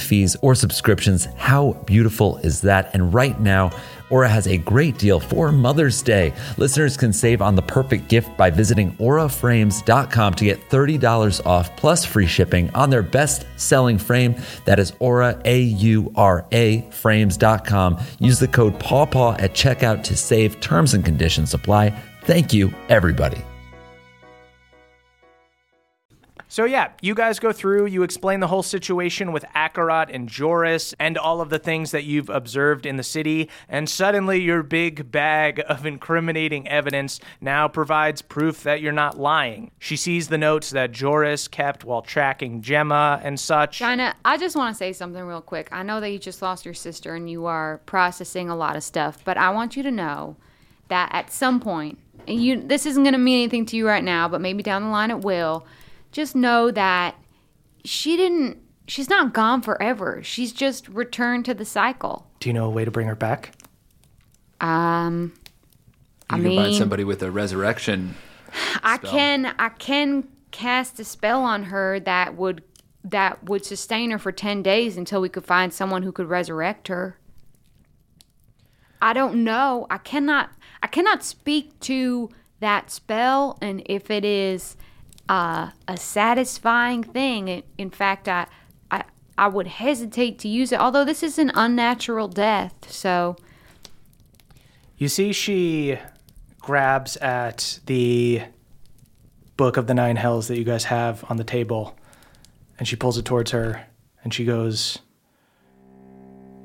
fees or subscriptions. How beautiful is that? And right now,
Aura has a great deal for Mother's Day. Listeners can save on the perfect gift by visiting auraframes.com to get $30 off plus free shipping on their best selling frame. That is aura, A U R A, frames.com. Use the code PAWPAW at checkout to save. Terms and conditions apply. Thank you, everybody.
So yeah, you guys go through, you explain the whole situation with Akarat and Joris and all of the things that you've observed in the city, and suddenly your big bag of incriminating evidence now provides proof that you're not lying. She sees the notes that Joris kept while tracking Gemma and such.
China, I just want to say something real quick. I know that you just lost your sister and you are processing a lot of stuff, but I want you to know that at some point, and you this isn't going to mean anything to you right now, but maybe down the line it will. Just know that she didn't she's not gone forever. She's just returned to the cycle.
Do you know a way to bring her back?
Um
You
I
can
mean-
find somebody with a resurrection.
I
spell.
can I can cast a spell on her that would that would sustain her for 10 days until we could find someone who could resurrect her. I don't know. I cannot I cannot speak to that spell and if it is uh, a satisfying thing. In- In fact, I, I I would hesitate to use it. Although this is an unnatural death, so
You see, she grabs at the book of the nine hells that you guys have on the table, and she pulls it towards her, and she goes,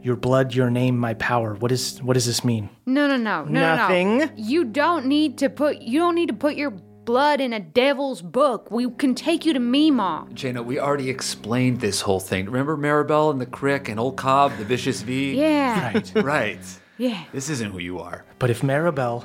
"Your blood, your name, my power. What is what does this mean?"
No, no, no, no, no, No.
Nothing?
You don't need to put. You don't need to put your blood in a devil's book. We can take you to Mima.
Jaina, we already explained this whole thing. Remember Maribel and the Crick and old Cobb, the vicious V?
*laughs* Yeah,
Right.
Right.
yeah.
This isn't who you are.
But if Maribel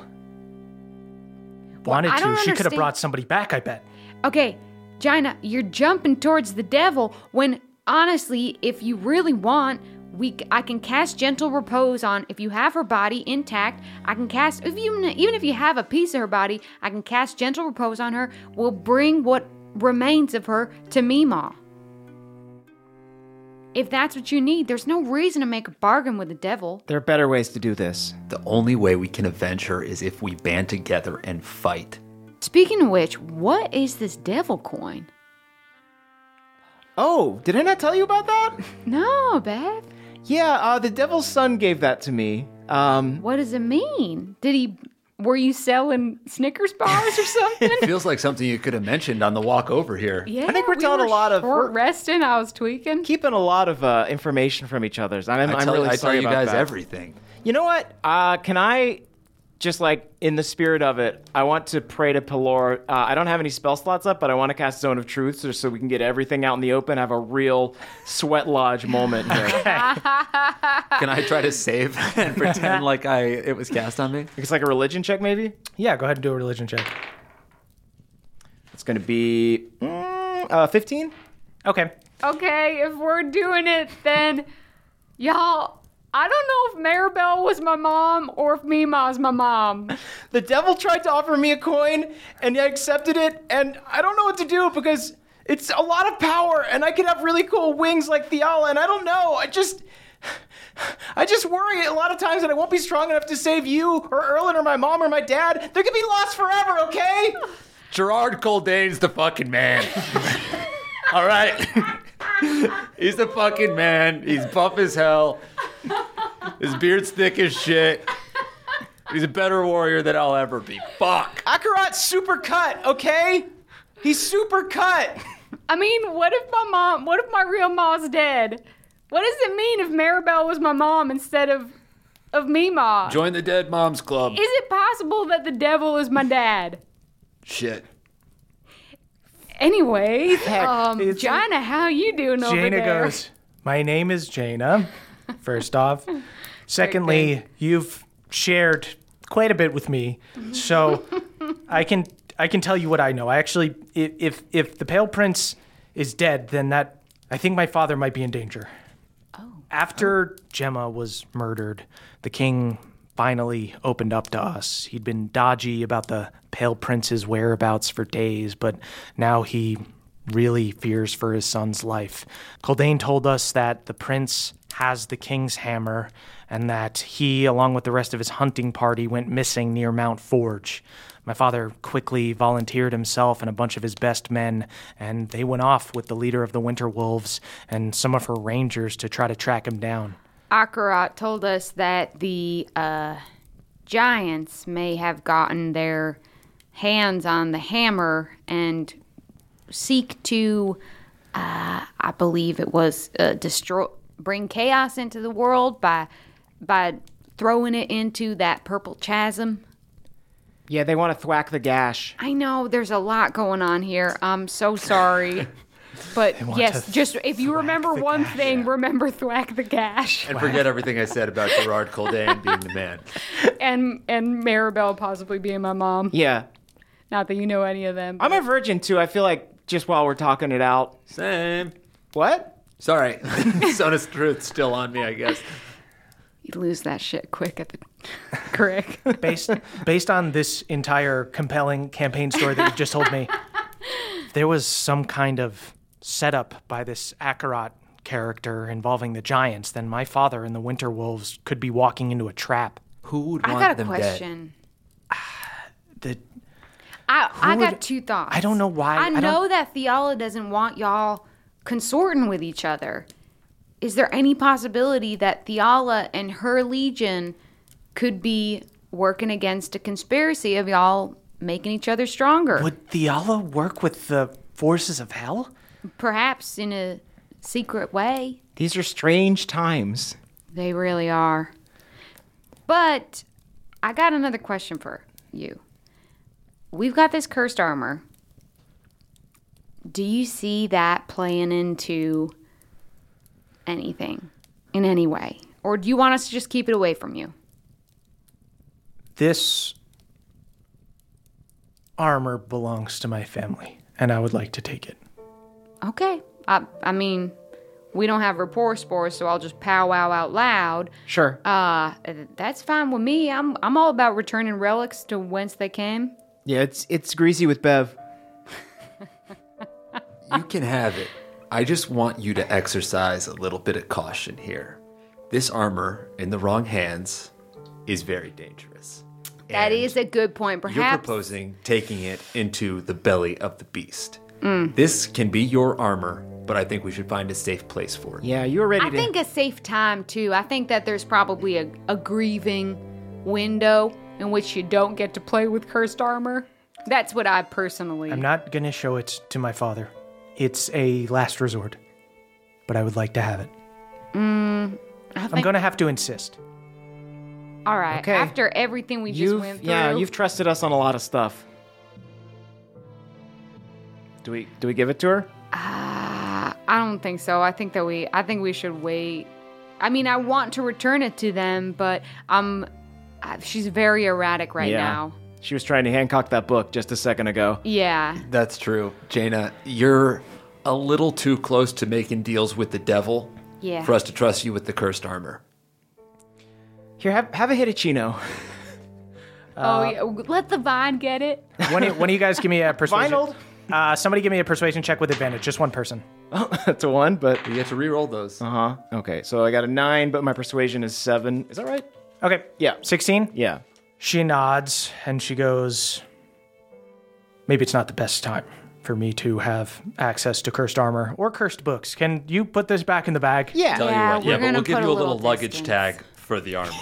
wanted
I
to,
don't
she could have
understand-
brought somebody back. I bet.
Okay, Gina, you're jumping towards the devil when honestly, if you really want, we c- I can cast gentle repose on if you have her body intact. I can cast if you even if you have a piece of her body, I can cast gentle repose on her. We'll bring what remains of her to Mima. If that's what you need, there's no reason to make a bargain with the devil.
There are better ways to do this.
The only way we can avenge her is if we band together and fight.
Speaking of which, what is this devil coin?
Oh, did I not tell you about that?
No, Beth.
Yeah, uh, the Devil's Son gave that to me. Um,
What does it mean? Did he? Were you selling Snickers bars or
*laughs*
something?
Feels like something you could have mentioned on the walk over here.
yeah,
I think we're telling a lot of-
We're
we're-
resting. I was tweaking.
keeping a lot of uh, information from each other's. I'm,
I
I'm
tell,
really
I tell
sorry
you
about
guys
that.
everything.
You know what? Uh, can I just like in the spirit of it? I want to pray to Pelor. Uh, I don't have any spell slots up, but I want to cast Zone of Truth so, so we can get everything out in the open. Have a real sweat lodge moment here.
Can I try to save *laughs*
*laughs*
and pretend like I it was cast on me?
it's like a religion check, maybe.
Yeah, go ahead and do a religion check.
It's going to be mm, uh, 15.
Okay.
Okay, if we're doing it, then y'all. I don't know if Maribel was my mom or if Mima's my mom.
The devil tried to offer me a coin, and I accepted it, and I don't know what to do because it's a lot of power, and I could have really cool wings like Fiala, and I don't know. I just. *sighs* I just worry a lot of times that I won't be strong enough to save you or Erlen or my mom or my dad. They could be lost forever, okay?
Gerard Coldane's the fucking man. *laughs* All right. *laughs* He's the fucking man. He's buff as hell. His beard's thick as shit. He's a better warrior than I'll ever be. Fuck.
Akarat super cut, okay? He's super cut.
I mean, what if my mom? What if my real mom's dead? What does it mean if Maribel was my mom instead of of Mima?
Join the Dead Moms Club.
Is it possible that the devil is my dad?
Shit.
Anyway, um, Jana, how you doing over
Jaina
there?
goes, My name is Jaina,
*laughs*
first off. Secondly, you've shared quite a bit with me.
*laughs*
So I can I can tell you what I know. I actually i- if if the Pale Prince is dead, then that I think my father might be in danger.
Oh.
After Gemma was murdered, the king finally opened up to us. He'd been dodgy about the Pale Prince's whereabouts for days, but now he
really fears for his son's life. Culdain told us that the prince has the king's hammer and that he, along with the rest of his hunting party, went missing near Mount Forge. My father quickly volunteered himself and a bunch of his best men, and they went off with the leader of the Winter Wolves and some of her rangers to try to track him down.
Akarat told us that the uh, giants may have gotten their hands on the hammer and seek to, uh, I believe it was, uh, destroy, bring chaos into the world by by throwing it into that purple chasm.
Yeah, they want to thwack the gash.
I know there's a lot going on here. I'm so sorry. But yes, just if you remember one thing, remember thwack the gash
And forget everything I said about Gerard Coldain being the man.
and and Maribel possibly being my mom.
Yeah.
Not that you know any of them.
I'm a virgin too. I feel like just while we're talking it out.
Same.
What?
*laughs* Sorry. Sona's truth's still on me, I guess.
You lose that shit quick at the *laughs* crick.
*laughs*
*laughs*
based based on this entire compelling campaign story that you just told
*laughs*
me, there was some kind of setup by this Akarat character involving the giants. Then my father and the Winter Wolves could be walking into a trap.
Who would
I
want
got a
them dead?
question.
*sighs* The
I, I
would-
got two thoughts.
I don't know why-
I,
I don't-
know that Fiala doesn't want y'all consorting with each other. Is there any possibility that Fiala and her legion could be working against a conspiracy of y'all making each other stronger?
would Theala work with the forces of hell?
Perhaps in a secret way.
These are strange times.
They really are. But I got another question for you. We've got this cursed armor. Do you see that playing into anything in any way? Or do you want us to just keep it away from you?
This armor belongs to my family, and I would like to take it.
Okay. I, I mean, we don't have rapport spores, so I'll just powwow out loud.
Sure.
Uh, that's fine with me. I'm, I'm all about returning relics to whence they came.
yeah, it's it's greasy with Bev.
You can have it. I just want you to exercise a little bit of caution here. This armor in the wrong hands is very dangerous.
That
And
is a good point.
You're
Perhaps
proposing taking it into the belly of the beast.
Mm.
This can be your armor, but I think we should find a safe place for it.
Yeah, you're ready
I
to.
think a safe time too. I think that there's probably a, a grieving window in which you don't get to play with cursed armor. That's what I personally.
I'm not going to show it to my father. It's a last resort, but I would like to have it.
I
I'm
think-
going to have to insist.
all right.
Okay.
After everything we just
you've
went through.
yeah, you've trusted us on a lot of stuff. Do we do we give it to her?
Ah, I don't think so. I think that we. I think we should wait. I mean, I want to return it to them, but um, I, she's very erratic right
Yeah.
now.
She was trying to Hancock that book just a second ago.
Yeah.
That's true. Jaina, you're a little too close to making deals with the devil
Yeah.
for us to trust you with the cursed armor.
Here, have have a *laughs* Hitachino.
uh,
oh, yeah. let the vine get it.
When do, when do you guys give me a persuasion?
Vinyl.
Uh, somebody give me a persuasion check with advantage. Just one person.
to one, but
You get to re-roll those.
uh huh. Okay, so I got a nine, but my persuasion is seven. Is that right?
Okay.
Yeah.
16?
Yeah.
She nods and she goes, Maybe it's not the best time for me to have access to cursed armor or cursed books. Can you put this back in the bag?
Yeah.
Tell
Yeah,
you what,
we're
yeah, but
gonna
we'll give
put
you a
a little
little luggage
distance.
tag for the
*laughs*
armor.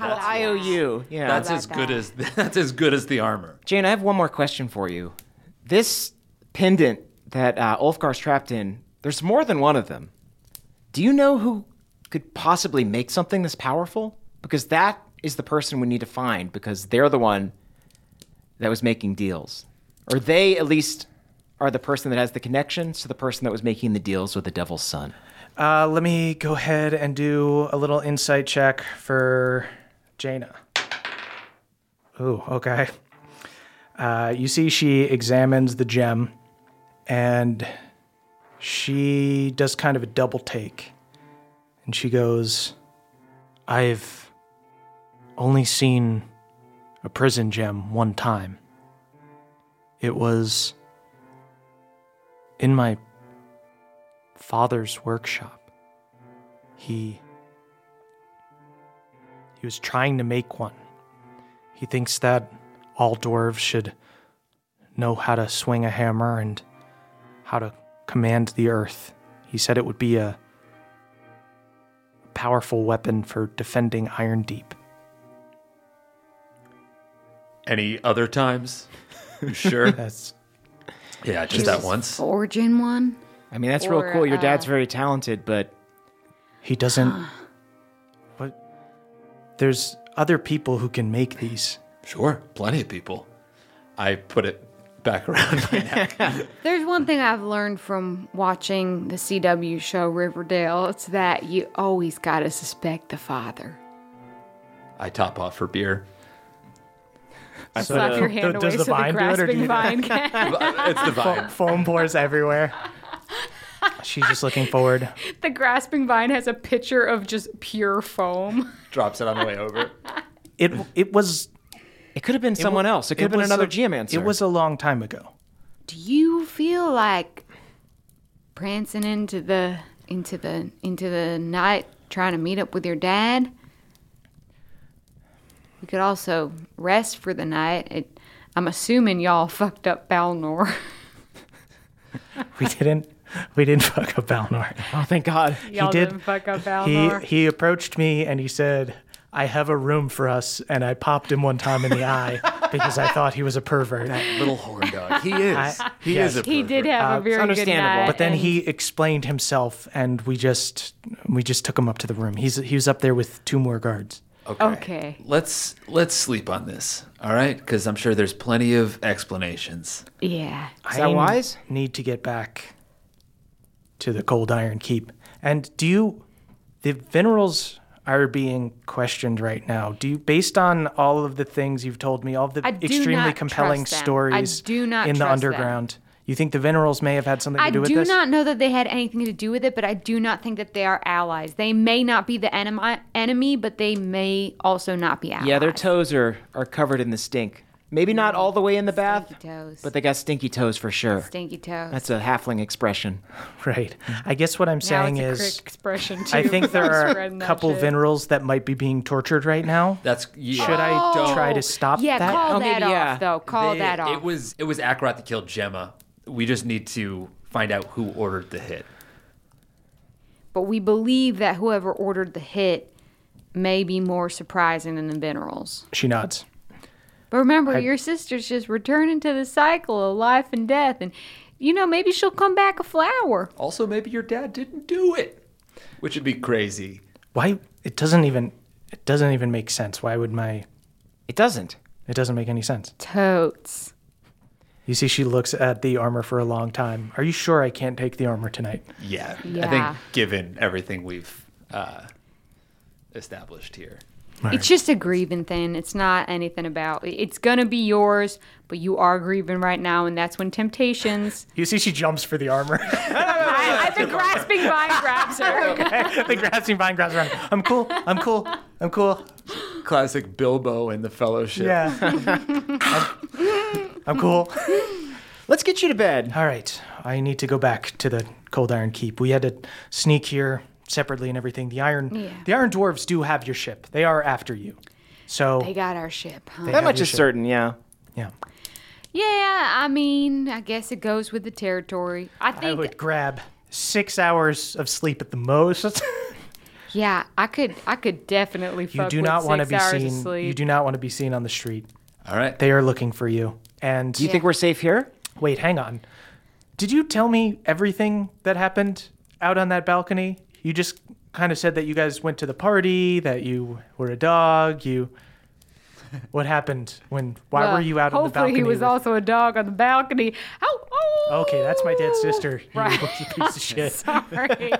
IOU. Yeah.
that's as good as *laughs* that's as good as the armor.
Jane, I have one more question for you. This pendant that uh, Ulfgar's trapped in, there's more than one of them. Do you know who could possibly make something this powerful? Because that is the person we need to find, because they're the one that was making deals. Or they, at least, are the person that has the connections to the person that was making the deals with the Devil's Son.
Uh, let me go ahead and do a little insight check for Jaina. Ooh, okay. Uh, you see, she examines the gem and she does kind of a double take. And she goes, I've only seen a prison gem one time. It was in my father's workshop. He he was trying to make one. He thinks that all dwarves should know how to swing a hammer and how to command the earth. He said it would be a powerful weapon for defending Iron Deep.
Any other *laughs* times? You Sure.
That's
yeah, just that once.
Forging one?
I mean, that's
Or,
real cool. Your
uh,
dad's very talented, but
He doesn't. what? There's other people who can make these.
Sure, plenty of people. I put it back around my neck.
There's one thing I've learned from watching the CW show Riverdale. It's that you always gotta suspect the father.
I top off for *laughs* beer.
I put
Slap your
a,
hand
does
away so
the
the
vine do it, or do
grasping vine
you- *laughs*
can.
It's the
Fo-
vibe.
foam pours everywhere. She's just looking forward.
*laughs* the grasping vine has a picture of just pure foam.
Drops it on the way over.
It it was
it could have been someone else. It could have been
was
another
a-
GM answer.
It was a long time ago.
Do you feel like prancing into the into the into the night trying to meet up with your dad? We could also rest for the night. It, I'm assuming y'all *laughs* fucked up Balnor.
We didn't we didn't fuck up Balnor.
*laughs* Oh, thank God.
y'all
did.
not fuck up
He
Balnor.
he approached me and he said, "I have a room for us." And I popped him one time in the eye because I thought he was a pervert.
Little horn dog. He is. he
yes.
is a
He,
pervert.
did
Uh,
have a very good
understandable,
night.
But then
and-
he explained himself, and we just we just took him up to the room. He's he was up there with two more guards.
Okay.
Okay.
Let's let's sleep on this. All right? Cuz I'm sure there's plenty of explanations.
Yeah.
Is that
I
wise?
Need to get back to the Cold Iron Keep. And do you, the Venerals are being questioned right now. Do you, based on all of the things you've told me, all of the
I do
extremely
not
compelling
trust them. I
stories
do not
in the
trust them.
underground, you think the Venerals may have had something to
I
do with
do
this?
not know that they had anything to do with it, but I do not think that they are allies. They may not be the enemy, enemy but they may also not be allies.
Yeah, their toes are, are covered in the stink. Maybe not all the way in the bath,
stinky toes.
but they got stinky toes for sure.
stinky toes.
That's a halfling expression.
*laughs* right. I guess what I'm
Mm-hmm. now
saying
it's a
is,
crick expression too.
I think
*laughs*
there
was
are a
reading that
couple
shit.
Venerals that might be being tortured right now.
That's you,
Should I
Oh.
try to stop
yeah,
that?
call
Okay,
that off
yeah.
though. Call
They-
that off.
It was it was Akarat that killed Gemma. We just need to find out who ordered the hit.
but we believe that whoever ordered the hit may be more surprising than the Venerals.
She nods.
But remember, your sister's just returning to the cycle of life and death, and you know maybe she'll come back a flower.
Also, maybe your dad didn't do it, which would be crazy.
Why? It doesn't even. It doesn't even make sense. Why would my?
It doesn't.
It doesn't make any sense.
Totes.
You see, she looks at the armor for a long time. Are you sure I can't take the armor tonight?
Yeah, I
Yeah.
think given everything we've uh, established here,
It's just a grieving thing. It's not anything about. It's gonna be yours, but you are grieving right now, and that's when temptations.
You see, she jumps for the armor.
*laughs*
*laughs*
I, I, the grasping vine grabs *laughs* her.
the grasping vine grabs around. I'm cool. I'm cool. I'm cool.
classic Bilbo in the Fellowship.
Yeah. I'm, I'm cool.
Let's get you to bed.
All right. I need to go back to the Cold Iron Keep. We had to sneak here separately and everything. The Iron,
Yeah.
the Iron Dwarves do have your ship. They are after you. So
They got our ship. Huh?
That
have
much
your
is
ship.
certain, yeah.
yeah,
Yeah, I mean, I guess it goes with the territory. I think.
I would grab six hours of sleep at the
*laughs*
most.
Yeah, I could. I could definitely.
You
Fuck
do
with
not want to
six
be
hours of
seen.
sleep.
You do not want to be seen on the street.
All right.
They are looking for you. And
Do you think we're safe here?
wait, hang on. Did you tell me everything that happened out on that balcony? You just kind of said that you guys went to the party, that you were a dog,
*laughs*
you What happened when why
Well,
were you out on the
hopefully
balcony?
he was
with-
also a dog on the balcony. Ow, ow!
Okay, that's my
*laughs*
dad's sister. you
Right.
*laughs*
*laughs*
piece of shit.
sorry.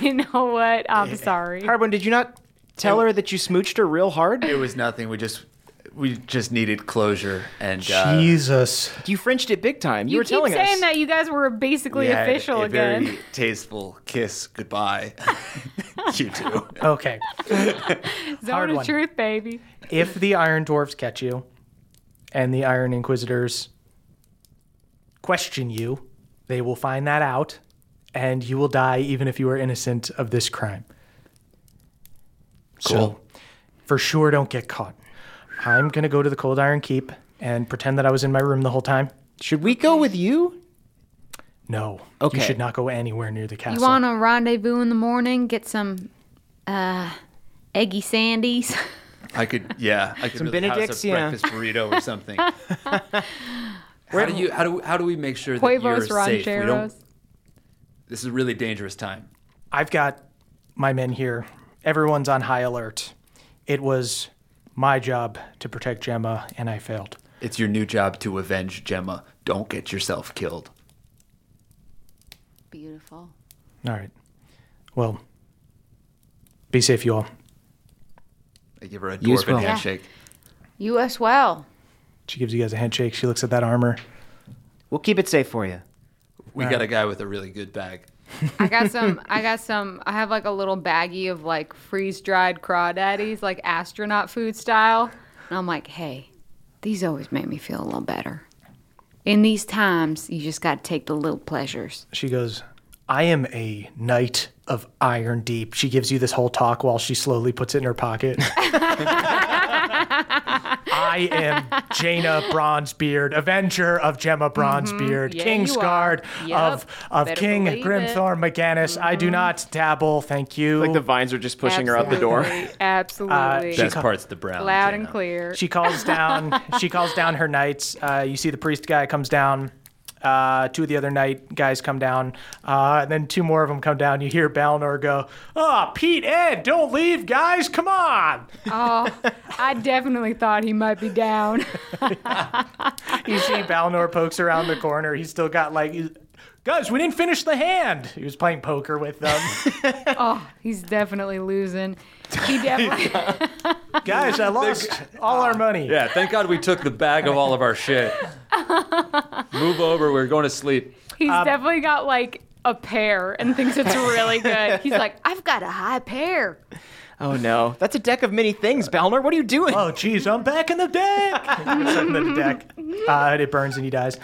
you know what?
Eh,
I'm sorry.
Harbin, did you not tell her that you smooched her real hard?
It was nothing. We just we just needed closure and uh,
Jesus.
You Frenched it big time. You,
You
were
keep
telling
saying
us.
that you guys were basically
we had
official
a
again.
very tasteful kiss goodbye. *laughs* you too.
Okay.
Zone of
one.
truth, baby.
if the Iron Dwarves catch you and the Iron Inquisitors question you, They will find that out, and you will die even if you are innocent of this crime. So, for sure, don't get caught. I'm going to go to the Cold Iron Keep and pretend that I was in my room the whole time.
Should we go with you?
No.
Okay.
You should not go anywhere near the castle.
You want to rendezvous in the morning? Get some uh, eggy sandies.
I could, yeah, I could
Some
really house
Benedicts,
a
yeah.
breakfast burrito or
*laughs*
something. how do you how do how do we make sure that
Huevos
you're safe? We don't.
rancheros.
This is a really dangerous time.
I've got my men here. Everyone's on high alert. It was my job to protect Gemma, and I failed.
It's your new job to avenge Gemma. Don't get yourself killed.
Beautiful.
All right. Well, be safe, you all.
I give her a
You as
dwarven
well.
handshake.
You as well.
She gives you guys a handshake. She looks at that armor.
We'll keep it safe for you.
We got a guy with a really good bag.
I got some. I got some. I have like a little baggie of like freeze dried crawdaddies, like astronaut food style. And I'm like, hey, these always make me feel a little better. In these times, you just got to take the little pleasures.
She goes, I am a knight of Iron Deep. She gives you this whole talk while she slowly puts it in her
*laughs*
pocket. I am Jaina Bronzebeard, Avenger of Gemma Bronzebeard,
Mm-hmm. Yeah,
King's
you are.
Guard
Yep.
of, of
Better
King
believe it. Mm-hmm.
Grimthorne McGannis. I do not dabble, thank you.
Like the vines are just pushing her out the door.
Absolutely, Absolutely.
Best part's the brown.
Loud and
Jenna.
clear.
she calls down she calls down her knights uh, you see the priest guy comes down uh, two of the other knight guys come down uh, and then two more of them come down you hear Balnor go oh Pete Ed don't leave guys come on *laughs*
I definitely thought he might be down.
you see Balnor pokes around the corner he's still got like he's- guys we didn't finish the hand he was playing poker with them *laughs*
He's definitely losing. He definitely.
guys I lost all our money
Yeah, thank God we took the bag of all of our
*laughs*
shit. Move over. We're going to sleep.
He's definitely got like a pear and thinks it's really good. He's like, I've got a high pear.
Oh no, that's a deck of many things, Balnor. What are you doing?
oh geez, I'm back in the deck. *laughs* It's in the deck, uh, and it burns and he dies.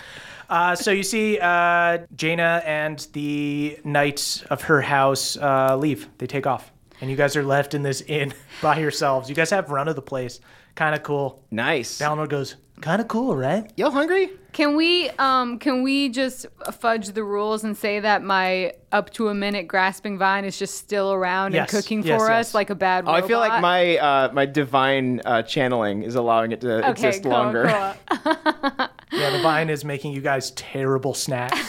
Uh, so you see uh, Jaina and the knights of her house uh, leave. They take off, and you guys are left in this inn *laughs* by yourselves. You guys have run of the place. Kind of cool.
nice.
Balnor goes, kind of cool, right?
Yo, hungry?
Can we um can we just fudge the rules and say that my up to a minute grasping vine is just still around
Yes,
and cooking
yes,
for
yes.
us like a bad
Oh,
robot?
I feel like my uh, my divine uh, channeling is allowing it to
okay,
exist
cool,
longer. *laughs*
cool.
Yeah, the vine is making you guys terrible snacks,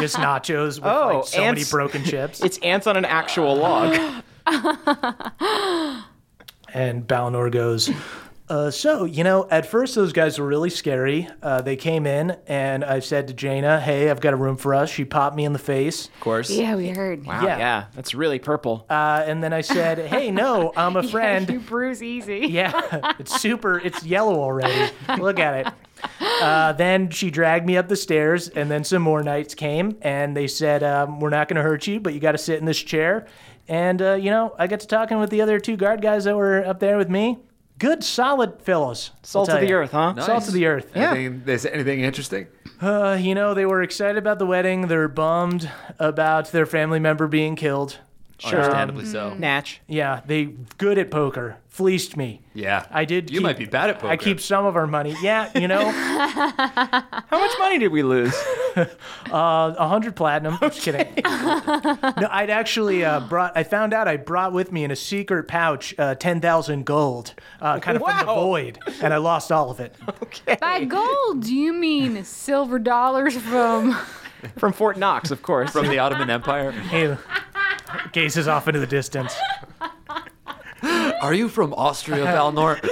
just nachos with
Oh,
like, so many
ants.
broken chips.
*laughs* It's ants on an actual log.
And Balnor goes, uh, So, you know, at first those guys were really scary. Uh, they came in, and I said to Jaina, Hey, I've got a room for us. She popped me in the face.
Of course.
*laughs* Yeah, we heard. *laughs* Wow.
yeah. that's really purple.
Uh, and then I said, Hey, no, I'm
*laughs*
a friend.
you bruise easy.
*laughs* Yeah, it's super. It's yellow already. Look at it. Uh, then she dragged me up the stairs, and then some more knights came, and they said, um, "We're not going to hurt you, but you got to sit in this chair." And uh, you know, I got to talking with the other two guard guys that were up there with me. Good, solid fellows. I'll
Salt
tell
of the
ya.
earth, huh?
Salt of the earth.
Anything, Is anything interesting?
Uh, you know, they were excited about the wedding. They're bummed about their family member being killed.
Understandably so.
Um,
Natch.
Yeah, they good at poker. Fleeced me.
Yeah.
I did.
You
keep-
might be bad at poker.
I keep some of our money. Yeah, you
*laughs*
know.
How much money did we lose? *laughs*
uh, A hundred platinum. Just kidding. no, I'd actually uh, brought. I found out I brought with me in a secret pouch uh, ten thousand gold, uh, kind of from the
Wow.
void, and I lost all of it.
By gold, do you mean silver dollars
*laughs*
from
From Fort Knox, of course.
from the Ottoman Empire.
He gazes off into the distance.
Are you from
*laughs*
Austria, Valnor?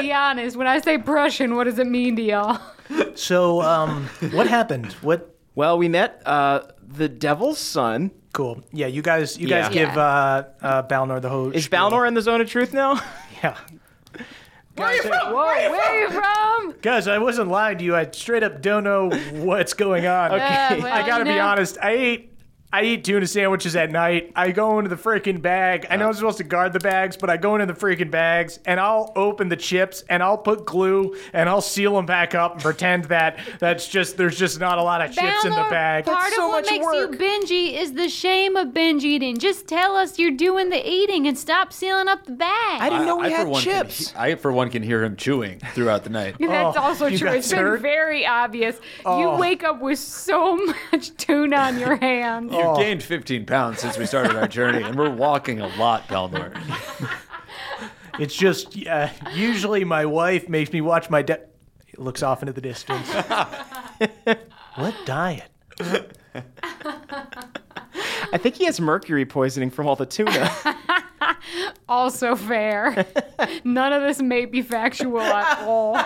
be honest, when I say Prussian, what does it mean to y'all?
*laughs* So, um, what happened? What?
well, we met uh, the devil's son.
Cool. Yeah, you guys. You guys
Yeah.
give uh, uh, Balnor the whole.
Is
spiel.
Balnor in the zone of truth now? *laughs*
Yeah.
Where are you from?
Guys, I wasn't lying to you. I straight up don't know what's going on.
Okay. Uh, well,
I gotta
you
be
know-
honest. I ate I eat tuna sandwiches at night. I go into the freaking bag. I know I'm supposed to guard the bags, but I go into the freaking bags and I'll open the chips and I'll put glue and I'll seal them back up and pretend that that's just there's just not a lot of chips in the
Balor,
bag.
Part
That's
of
so
what
much
makes
work.
you binge eat is the shame of binge eating. Just tell us you're doing the eating and stop sealing up the bag.
didn't know we
for
had
one can
chips.
he- I, for one, can hear him chewing throughout the night.
*laughs* That's
Oh,
also
you
true.
guys
It's been
heard?
very obvious.
Oh.
You wake up with so much tuna
*laughs*
on your hands.
You've gained 15 pounds since we started our journey, and we're walking a lot, Belmore.
It's just uh, usually my wife makes me watch my dad. Looks off into the
*laughs*
distance. what diet?
I think he has mercury poisoning from all
*laughs*
the tuna.
*laughs* Also
*laughs*
fair. None of this may be factual at all.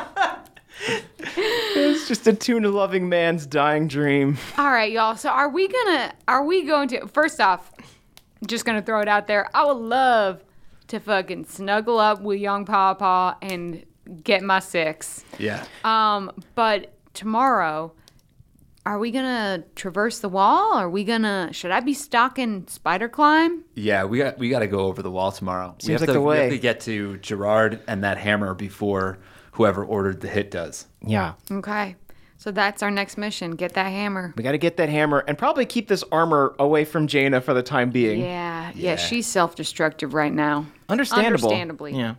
it's just a tuna-loving man's dying dream.
All right, y'all. So are we gonna? Are we going to? First off, just gonna throw it out there. I would love to fucking snuggle up with young Papa and get my six.
Yeah.
Uh,
Um, but tomorrow, are we gonna traverse the wall? Are we gonna? Should I be stalking spider climb?
Yeah, we got we got to go over the wall tomorrow. we have
like
to,
the
We
way.
have to get to Gerard and that hammer before whoever ordered the hit does.
Yeah.
Okay. So that's our next mission. Get that hammer.
We gotta get that hammer and probably keep this armor away from Jaina for the time being.
Yeah, yeah, she's self-destructive right now.
Understandable.
Understandably.
Yeah.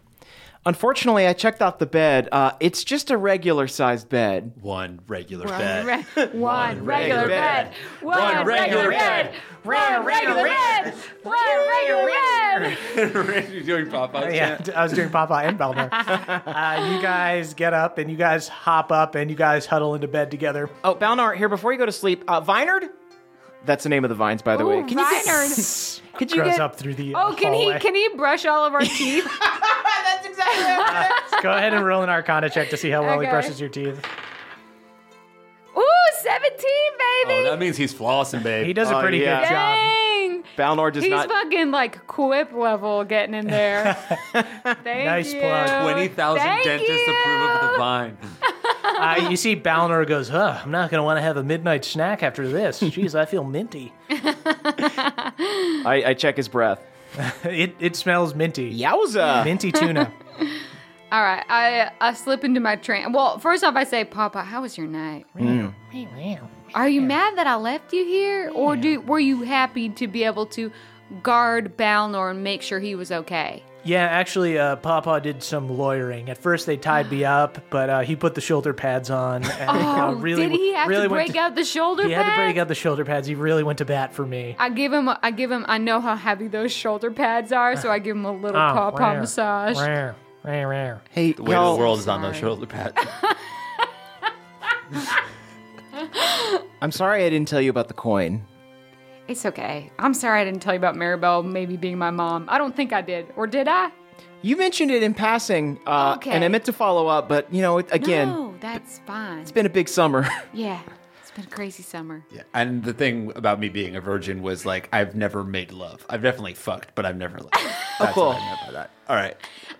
Unfortunately, I checked out the bed. Uh, it's just a regular sized bed.
One regular
One
bed.
re- one regular
regular
bed.
bed. One regular bed.
One regular bed. One regular bed.
*laughs* You're doing Popeye's
Yeah, *laughs* I was doing Papa and Baldur. uh, you guys get up and you guys hop up and you guys huddle into bed together.
Oh, Balnar, here, before you go to sleep, uh, Vinard? That's the name of the vines, by the way.
Ooh,
Can you get-
Reinhard.
could you
Grows
get-
up through the. uh,
Oh, can he
hallway.
can he brush all of our teeth?
Go ahead and roll an Arcana check to see how well he
Okay.
brushes your teeth.
Ooh, 17,
Oh,
baby.
that means he's flossing, babe.
He does a
Oh,
pretty
Uh,
yeah.
good job.
Dang.
Balnar does
He's
not.
fucking like quip level getting in there. Thank
Nice
you.
plug.
20,000
Thank
dentists
you.
approve of the vine.
Uh, you see, Balnor goes, huh, I'm not going to want to have a midnight snack after
*laughs*
this. Jeez, I feel minty.
I, I check his breath.
It, it smells minty.
Yowza!
Minty
*laughs*
tuna.
All right, I I slip into my train. Well, first off, I say, Papa, how was your night?
Mm.
Are you mad that I left you here, or do were you happy to be able to guard Balnor and make sure he was okay?
yeah, actually, uh, Papa did some lawyering. At first, they tied me up, but uh, he put the shoulder pads on. And, uh,
Oh,
really,
did he have
really
to
went
break out the shoulder
He had to break
pads?
out the shoulder pads. He really went to bat for me.
I give him. I give him. I know how heavy those shoulder pads are, so I give him a little
Ah,
paw paw
rare,
massage.
Rare, rare, rare.
Hey,
The weight of
y'all,
the world is on those shoulder
*laughs*
pads.
I'm sorry I didn't tell you about the coin.
It's okay. I'm sorry I didn't tell you about Maribel maybe being my mom. I don't think I did, or did I?
You mentioned it in passing, uh,
Okay.
and I meant to follow up, but, you know, it, again,
no, that's fine.
it's been a big summer. *laughs*
yeah, it's been a crazy summer.
Yeah. And the thing about me being a virgin was like, I've never made love. I've definitely fucked, but I've never
*laughs*
loved. That's
Oh, cool.
what I meant by that. All right.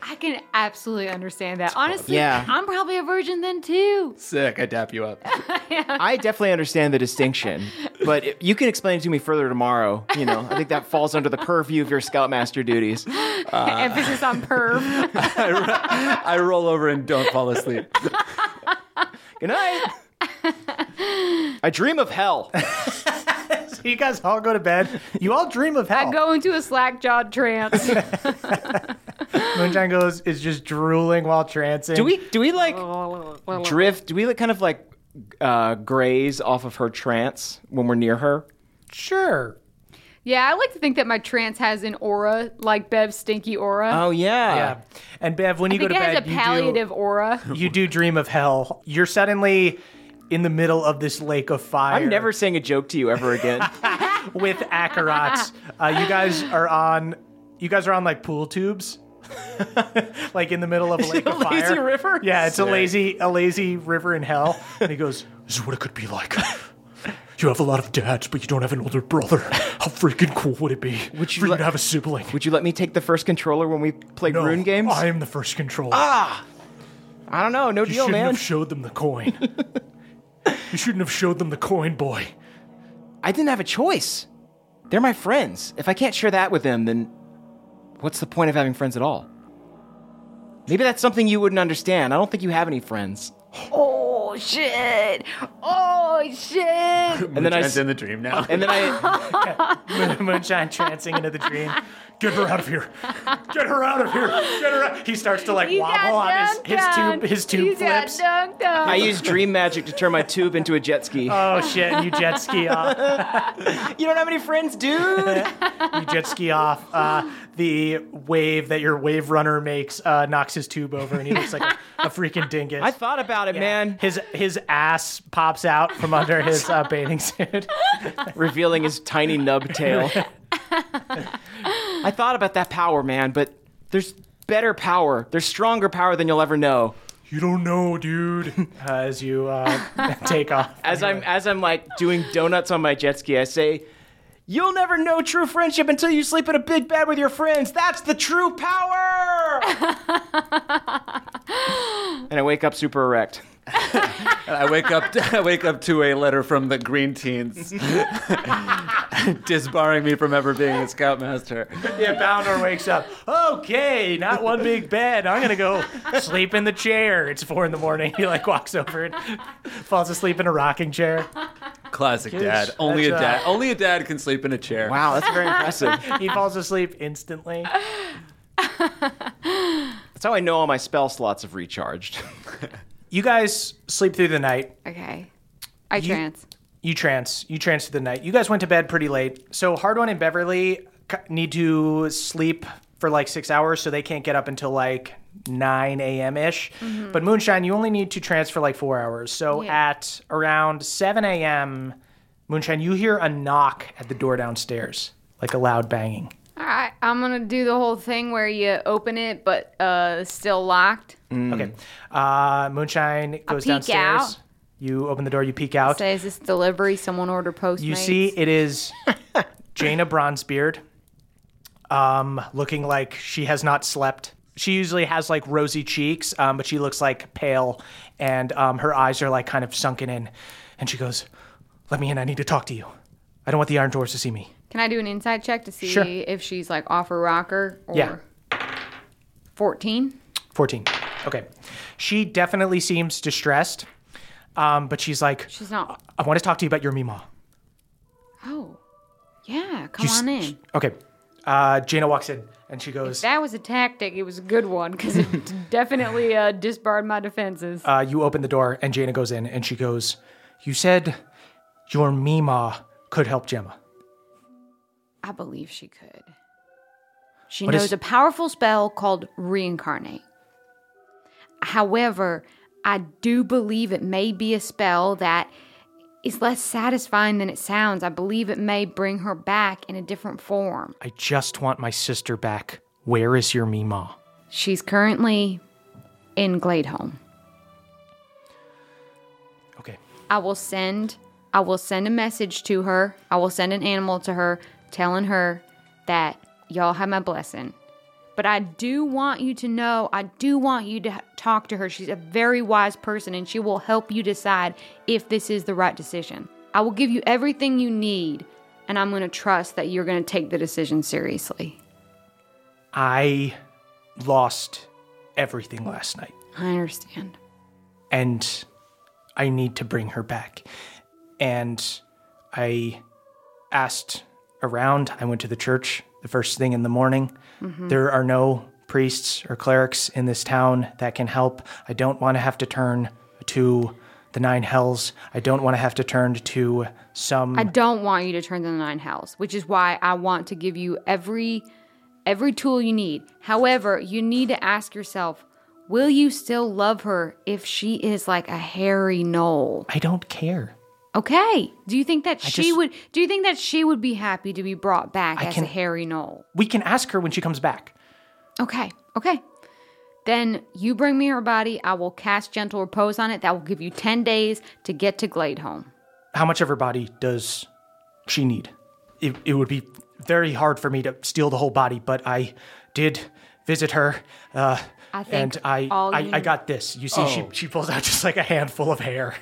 I can absolutely understand that. Honestly,
Yeah.
I'm probably a virgin then too.
Sick. I dap you *laughs* up.
I definitely understand the distinction, but it- you can explain it to me further tomorrow. You know, I think that falls under the purview of your scoutmaster duties.
Uh.
*laughs* Emphasis on
*laughs*
perv.
I, ro- I roll over and don't fall asleep.
Good night. I dream of hell.
So you guys all go to bed. You all dream of hell.
I go into a slack
*laughs*
jawed trance.
Moonshine goes is just drooling while trancing.
Do we do we like drift? Do we like kind of like uh, graze off of her trance when we're near her?
Sure.
yeah, I like to think that my trance has an aura, like Bev's stinky aura.
Oh yeah.
Yeah. And Bev, when you
I think
go
it
to
has
bed,
a
*laughs*
palliative aura.
you do you do dream of hell. You're suddenly in the middle of this lake of fire.
I'm never saying a joke to you
*laughs*
ever again.
with *laughs* Akarots. Uh, you guys are on. You guys are on like pool tubes, *laughs* like in the middle of a lake of
lazy
fire.
river?
Yeah, it's a lazy a lazy river in hell. And he goes,
This is what it could be like. You have a lot of dads, but you don't have an older brother. How freaking cool would it be
Would you
for
let-
you to have a sibling?
Would you let me take the first controller when we play
No,
rune games?
I am the first controller.
I don't know. No
you
deal,
shouldn't
man.
have showed them the coin. you shouldn't have showed them the coin, boy.
I didn't have a choice. They're my friends. If I can't share that with them, then what's the point of having friends at all? Maybe that's something you wouldn't understand. I don't think you have any friends.
Oh shit! Oh shit!
And then I
Moonshine's
s-
in the dream now.
And then I
Moonshine trancing into the dream.
Get her out of here. Get her out of here.
Get her out. He starts to like
He got
wobble on his, his
dunked
tube his
on.
tube
He got
flips.
dunked on.
I use dream magic to turn my tube into a jet *laughs* ski.
Oh shit, and you jet ski off.
you don't have any friends, *laughs* dude.
you jet ski off. Uh, the wave that your wave runner makes uh, knocks his tube over, and he looks like a, *laughs* a freaking
*laughs*
dingus.
I thought about it,
Yeah.
man.
his his ass pops out from under his uh,
*laughs*
bathing suit.
*laughs* Revealing his tiny nub tail. *laughs* I thought about that power, man, but there's better power. There's stronger power than you'll ever know.
You don't know, dude.
uh, *laughs* as you uh, *laughs* take off.
As I'm as I'm like doing donuts on my jet ski, I say, "You'll never know true friendship until you sleep in a big bed with your friends. That's the true power." and I wake up super erect.
*laughs* I wake up. *laughs* I wake up to a letter from the Green *laughs* Teens, disbarring me from ever being a scoutmaster.
Yeah, Bounder wakes up. Okay, not one big bed. I'm gonna go sleep in the chair. It's four in the morning. *laughs* He like walks over and *laughs* falls asleep in a rocking chair.
Classic dad. Only a
that's,
dad. Only a dad can sleep in a chair.
Wow, that's very impressive.
He falls asleep instantly.
That's how I know all my spell slots
*laughs*
have recharged.
You guys sleep through the night.
Okay, I trance.
You trance. You trance through the night. You guys went to bed pretty late. So Hard One and Beverly c- need to sleep for like six hours, so they can't get up until like 9 a.m. ish. But Moonshine, you only need to trance for like four hours. So
Yeah.
at around 7 a.m., Moonshine, you hear a knock at the door downstairs, like a loud banging.
All right, I'm gonna do the whole thing where you open it but uh still locked.
Okay. Uh, Moonshine goes
peek
downstairs.
out.
You open the door, you peek out.
Say, is this delivery? Someone order Postmates.
You see, it
*laughs*
is Jaina Bronzebeard, um, looking like she has not slept. She usually has like rosy cheeks, um, but she looks like pale, and um, her eyes are like kind of sunken in. And she goes, "Let me in. I need to talk to you. I don't want the Iron Doors to see me."
Can I do an inside check to see
Sure.
if she's like off her rocker or
Yeah.
14?
14. Okay. She definitely seems distressed, um, but she's like,
She's not.
"I want to talk to you about your Mima."
Oh, yeah. Come
You s-
on in.
Okay. Uh, Jaina walks in, and she goes,
That was a tactic. It was a good one because
*laughs*
it definitely uh, disbarred my defenses.
uh, you open the door and Jaina goes in and she goes, You said your Mima could help Gemma.
I believe she could. She
What
knows
is-
a powerful spell called reincarnate. However, I do believe it may be a spell that is less satisfying than it sounds. I believe it may bring her back in a different form.
I just want my sister back. Where is your Mima?
She's currently in Gladeholm.
Okay.
I will send I will send a message to her. I will send an animal to her telling her that y'all have my blessing. But I do want you to know, I do want you to h- talk to her. She's a very wise person and she will help you decide if this is the right decision. I will give you everything you need and I'm going to trust that you're going to take the decision seriously.
I lost everything last night
I understand.
and I need to bring her back. And I asked around. I went to the church the first thing in the morning.
Mm-hmm.
There are no priests or clerics in this town that can help. I don't want to have to turn to the nine hells. I don't want to have to turn to some.
I don't want you to turn to the nine hells, which is why I want to give you every every tool you need. However, you need to ask yourself, will you still love her if she is like a hairy knoll?
I don't care.
Okay. Do you think that she
just-
would do you think that she would be happy to be brought back as
can-
a hairy knoll?
We can ask her when she comes back.
Okay. Okay. Then you bring me her body, I will cast gentle repose on it. That will give you 10 days to get to Gladeholm.
How much of her body does she need? It, it would be very hard for me to steal the whole body, but I did visit her. Uh,
I think
and I,
all
I,
you- Oh.
I got this. You see, she, she pulls out just like a handful of hair.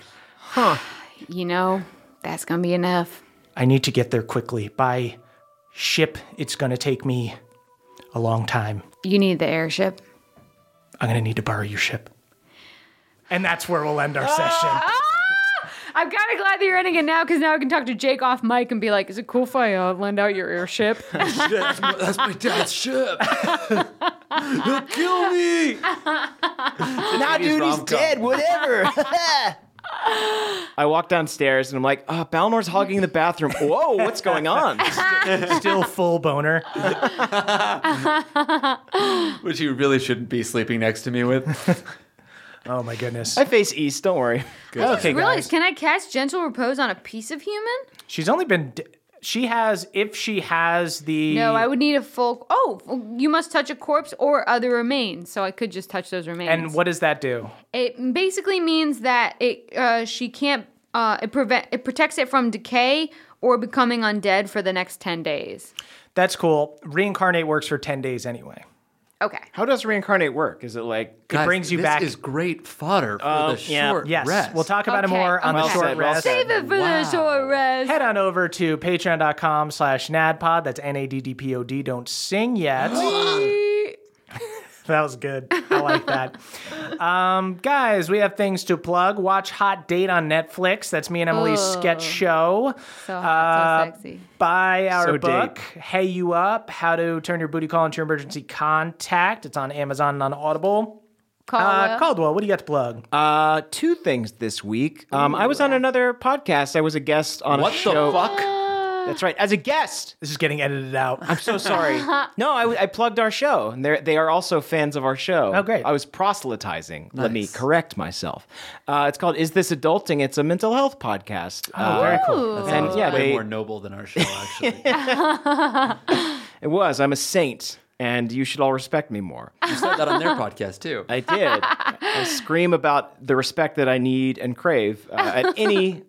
You know, that's going to be enough.
I need to get there quickly by
ship. It's going to take me a long time.
You need the airship.
I'm going to need to borrow your ship. And that's where we'll end our
Ah!
session.
Ah! I'm kind of glad that you're ending it now because now I can talk to Jake off mic and be like, "Is it cool if I uh, lend out your
*laughs*
airship?"
Shit, that's, my, that's my dad's ship. *laughs* He'll kill me.
Nah, dude, he's
rom-com.
dead. Whatever.
I walk downstairs and I'm like, ah, Balnor's hogging the bathroom. Whoa, what's
*laughs*
going on?
Still full boner.
Which you really shouldn't be sleeping next to me with.
Oh my goodness.
I face east, don't worry.
Okay,
Really?
guys.
Can I cast gentle repose on a piece of human?
She's only been. d- She has. If she has the.
No, I would need a full. Oh, you must touch a corpse or other remains. So I could just touch those remains.
And what does that do?
It basically means that it uh, she can't. Uh, it prevent it protects it from decay or becoming undead for the next ten days.
That's cool. Reincarnate works for 10 days anyway.
Okay.
How does reincarnate work? Is it like
It brings you
this
back.
is great *laughs* fodder *laughs* for the
yeah.
short
yes.
rest.
We'll talk about
Okay,
it more on the
okay.
short
said, well
rest.
said.
Save it for the short rest.
Head on over to patreon.com slash nadpod. That's N-A-D-D-P-O-D. Don't sing yet. *laughs* that was good. I like that. *laughs* Um, guys, we have things to plug. Watch Hot Date on Netflix. That's me and Emily's sketch show.
So hot, so
Uh,
sexy.
Buy our
So
book, Hey You Up, How to Turn Your Booty Call into Your Emergency Contact. It's on Amazon and on Audible. Uh,
Caldwell.
Caldwell, what do you got to plug?
Uh, two things this week. Um, I was on another podcast. I was a guest on
What
a
the
show.
fuck?
That's right, as a guest.
this is getting edited out.
I'm
*laughs*
so sorry. no, I, I plugged our show, and they they are also fans of our show.
Oh, great.
I was proselytizing. Let me correct myself. Uh, it's called "Is This Adulting?" It's a mental health podcast.
Oh,
Uh,
very cool.
and yeah,
Way
they,
more noble than our show, *laughs* actually.
it was. I'm a saint, and you should all respect me more.
you said that on their podcast too.
I did. I scream about the respect that I need and crave uh, at any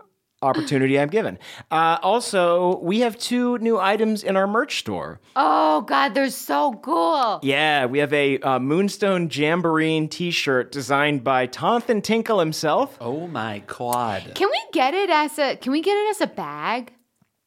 opportunity I'm given. Uh, also, we have two new items in our merch store.
Oh God, they're so cool.
Yeah, we have a uh, Moonstone Jamboree T-shirt designed by Tonathan Tinkle himself.
*laughs* oh my god!
Can we get it as a? Can we get it as a bag?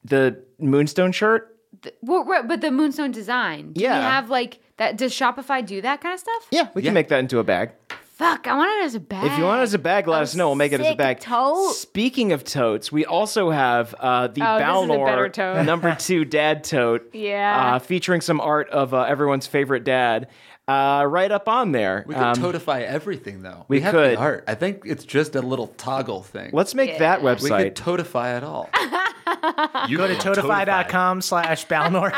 The Moonstone shirt.
Th- well, right, but the moonstone design. Do
Yeah.
We have like that. Does Shopify do that kind of stuff?
Yeah, we can make that into a bag.
Fuck, I want it as a bag.
If you want it as a bag, let us know. We'll make it as a
sick
bag.
tote.
Speaking of totes, we also have uh, the
Oh, this is a better
Balnor
tote.
*laughs* number two dad tote.
*laughs* Yeah.
Uh, featuring some art of uh, everyone's favorite dad uh, right up on there.
We could
Um,
totify everything though.
we
have
could.
The art. I think it's just a little toggle thing.
let's make that
we
website.
could totify it
*laughs*
all. you go to
Totify.com slash Balnor.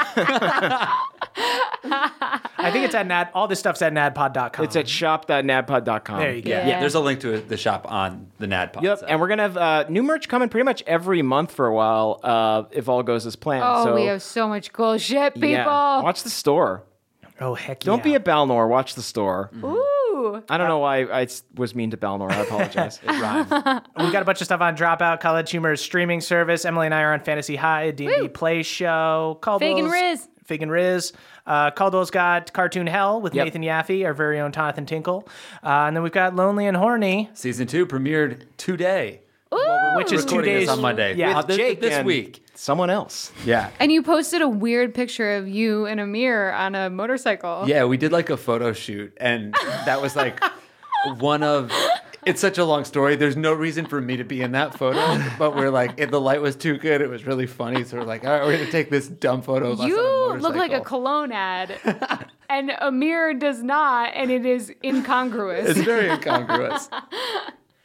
I think it's at Nad. All this stuff's at nadpod.com.
it's at shop.nadpod.com.
There you go.
Yeah. yeah, there's a link to the shop on the NADPOD.
Yep,
site.
and we're gonna have uh, new merch coming pretty much every month for a while uh, if all goes as planned.
Oh,
so,
we have so much cool shit, people.
yeah. watch the store.
Oh, heck
Don't be
yeah.
a Balnor. Watch the store.
Ooh.
I don't know why I s- was mean to Balnor.
*laughs*
I apologize.
we got a bunch of stuff on Dropout, College Humor streaming service. Emily and I are on Fantasy High, D and D
Woo.
Play Show, Caldwell's,
Fig and Riz.
Fig and Riz. Uh, Caldwell's got Cartoon Hell with
Yep.
Nathan Yaffe, our very own Tonathan Tinkle, uh, and then we've got Lonely and Horny.
Season two premiered today.
Which is two
Recording this
days-
on Monday.
yeah.
Uh,
With
this,
Jake
this
and-
week.
Someone else.
*laughs* Yeah.
And you posted a weird picture of you in a mirror on a motorcycle.
Yeah, we did like a photo shoot, and that was like one of. It's such a long story. There's no reason for me to be in that photo, but we're like, if the light was too good, it was really funny. So we're like, all right, we're gonna take this dumb photo of us. on a
You look like a
motorcycle.
cologne ad, and a mirror does not, and it is incongruous.
It's very incongruous.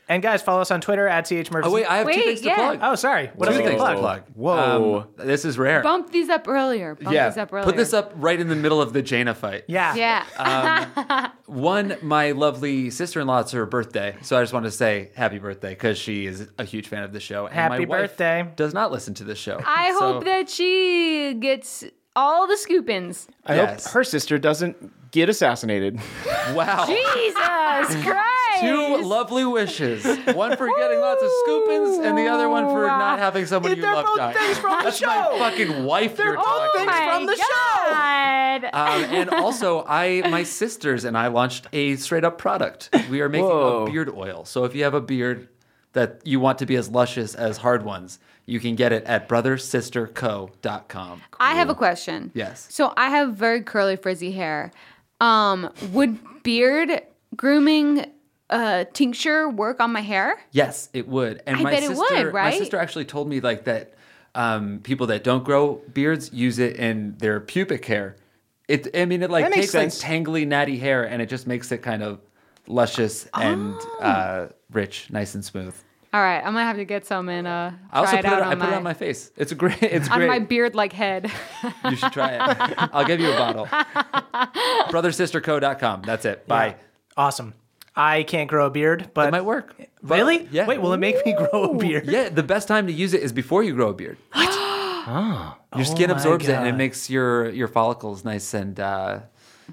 And guys, follow us on Twitter at ch
*laughs* oh wait, I have two
Wait,
things
yeah.
to plug.
oh, sorry. What else
two
did we
things
plug?
to plug.
Whoa.
Um, this is rare.
Bump these up earlier. Bump
yeah,
these up earlier.
put this up right in the middle of the Jaina fight.
Yeah.
Yeah.
One, my lovely sister in law, it's her birthday. So I just want to say happy birthday because she is a huge fan of the show. And my
Happy
wife
birthday.
Does not listen to this show.
I
So-
hope that she gets all the scoopins.
I
Yes.
hope her sister doesn't get assassinated. *laughs*
Wow. *laughs*
Jesus Christ!
Two lovely wishes. One for getting lots of scoopins, and the other one for not having someone you
They're
love
both
die.
things from the
That's
show.
my fucking wife. They're
oh my
from the
God.
Um,
*laughs*
and also, I my sisters and I launched a straight up product. We are making
Whoa.
a beard oil. So if you have a beard, that you want to be as luscious as hard ones, you can get it at brothersisterco.com.
I have a question.
Yes.
So I have very curly, frizzy hair. Um, would beard grooming uh, tincture work on my hair?
Yes, it would. And
I
my
bet it
sister,
would,
My
right?
sister actually told me like that um, people that don't grow beards use it in their pubic hair. It, I mean, it like
That makes
takes like
sense.
tangly, natty hair, and it just makes it kind of luscious and
Oh.
uh, rich, nice and smooth.
All right, I'm gonna have to get some and uh,
I also
try it
put it,
out
I
on,
put
my,
it on my face. It's a great. It's
*laughs* on
great.
my beard-like head. *laughs*
You should try it. I'll give you a bottle. Brothersisterco.com. That's it. Bye.
Awesome. I can't grow a beard, but
It might work. But-
Really?
yeah.
Wait, will it make me grow a beard?
Yeah, the best time to use it is before you grow a
*gasps*
beard. What? *gasps* Your skin
Oh my
absorbs it and it
God.
makes your your follicles nice and uh,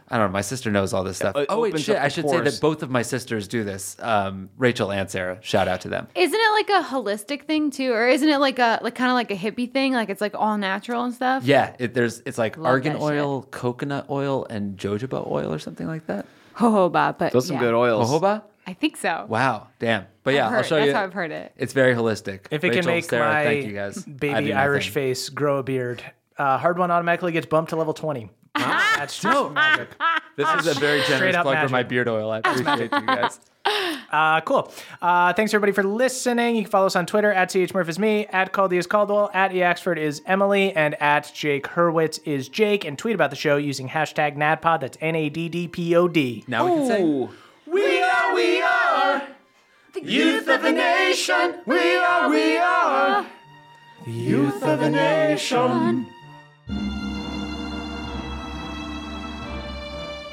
I don't know. My sister knows all this stuff.
it
oh wait,
opens
shit!
up the
I should say
pores.
that both of my sisters do this. Um, Rachel and Sarah. Shout out to them.
Isn't it like a holistic thing too, or isn't it like a like kind of like a hippie thing? Like it's like all natural and stuff.
Yeah, it, there's it's like
Love
argan
that
oil, coconut oil, and jojoba oil or something like that.
Jojoba, but
Those are some
yeah.
good oils.
Jojoba.
I think so.
Wow, damn. But yeah,
I've
I'll
heard-
show
that's
you.
how I've heard it.
It's very holistic.
If it
Rachel,
can make
Sarah,
my
thank you guys. I do
baby Irish
nothing.
face grow a beard, uh, hard one automatically gets bumped to level twenty. *laughs* That's just magic.
This is a very
*laughs*
generous
up
plug for
magic.
my beard oil. I appreciate you guys.
Uh, cool. Uh, thanks everybody for listening. You can follow us on Twitter at chmurph is me, at Caldy is Caldwell, at eaxford is Emily, and at Jake Hurwitz is Jake. And tweet about the show using hashtag NADPOD. That's N A D D P O D.
Now we can say.
We are, we are
Youth of the nation, we are, we are. The youth of the nation.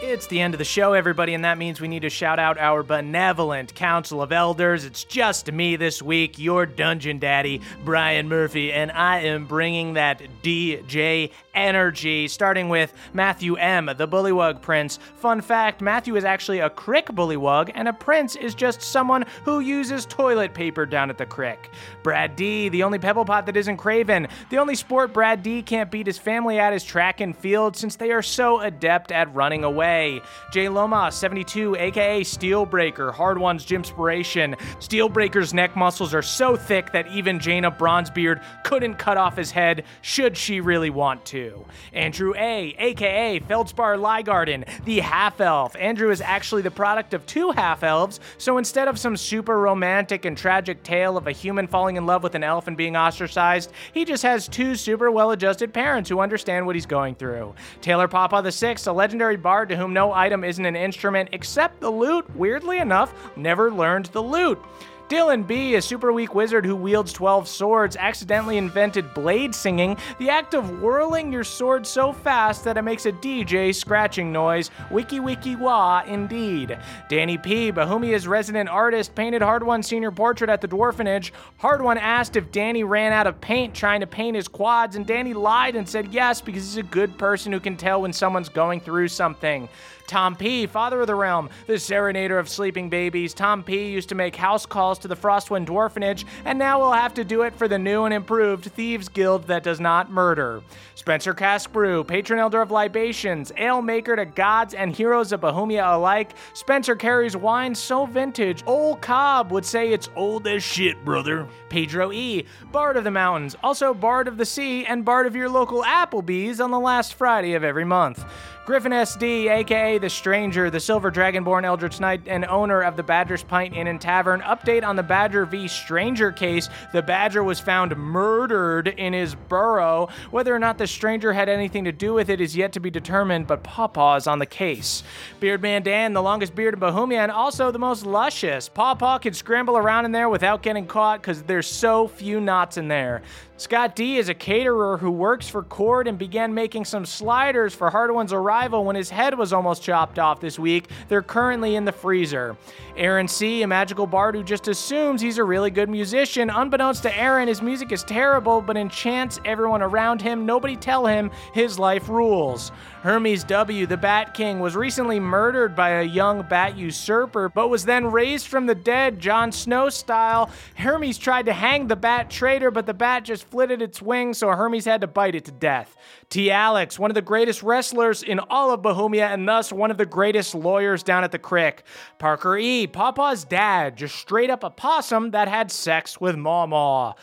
It's the end of the show, everybody, and that means we need to shout out our benevolent Council of Elders. It's just me this week, your Dungeon Daddy, Brian Murphy, and I am bringing that DJ energy, starting with Matthew M., the Bullywug Prince. Fun fact Matthew is actually a Crick Bullywug, and a Prince is just someone who uses toilet paper down at the Crick. Brad D., the only pebble pot that isn't Craven. The only sport Brad D can't beat his family at is track and field since they are so adept at running away. Jay Loma, 72, aka Steelbreaker, Hard One's Gymspiration. Steelbreaker's neck muscles are so thick that even Jaina Bronzebeard couldn't cut off his head should she really want to. Andrew A, aka Feldspar Liegarden, the half elf. Andrew is actually the product of two half elves, so instead of some super romantic and tragic tale of a human falling in love with an elf and being ostracized, he just has two super well adjusted parents who understand what he's going through. Taylor Papa the Sixth, a legendary bard to whom no item isn't an instrument except the lute, weirdly enough, never learned the lute. Dylan B, a super weak wizard who wields 12 swords, accidentally invented blade singing, the act of whirling your sword so fast that it makes a DJ scratching noise. Wiki wiki wah, indeed. Danny P, Bahumia's resident artist, painted Hard One's senior portrait at the Dwarfinage. Hard One asked if Danny ran out of paint trying to paint his quads, and Danny lied and said yes because he's a good person who can tell when someone's going through something. Tom P., father of the realm, the serenader of sleeping babies, Tom P. used to make house calls to the Frostwind Dwarfinage, and now will have to do it for the new and improved Thieves Guild that does not murder. Spencer Caspru, patron elder of libations, ale maker to gods and heroes of Bohemia alike, Spencer carries wine so vintage, old Cobb would say it's old as shit, brother. Pedro E., bard of the mountains, also bard of the sea, and bard of your local Applebee's on the last Friday of every month. Griffin SD, aka The Stranger, the Silver Dragonborn Eldritch Knight, and owner of the Badger's Pint Inn and Tavern. Update on the Badger v. Stranger case. The Badger was found murdered in his burrow. Whether or not the Stranger had anything to do with it is yet to be determined, but Pawpaw is on the case. Beardman Dan, the longest beard in Bohemia and also the most luscious. Pawpaw can scramble around in there without getting caught because there's so few knots in there. Scott D is a caterer who works for Cord and began making some sliders for Hardwin's arrival when his head was almost chopped off this week. They're currently in the freezer. Aaron C, a magical bard who just assumes he's a really good musician. Unbeknownst to Aaron, his music is terrible, but enchants everyone around him. Nobody tell him his life rules. Hermes W, the Bat King, was recently murdered by a young bat usurper, but was then raised from the dead, Jon Snow style. Hermes tried to hang the bat traitor, but the bat just flitted its wings, so Hermes had to bite it to death. T. Alex, one of the greatest wrestlers in all of Bohemia, and thus one of the greatest lawyers down at the crick. Parker E., Papa's dad, just straight up a possum that had sex with Mama.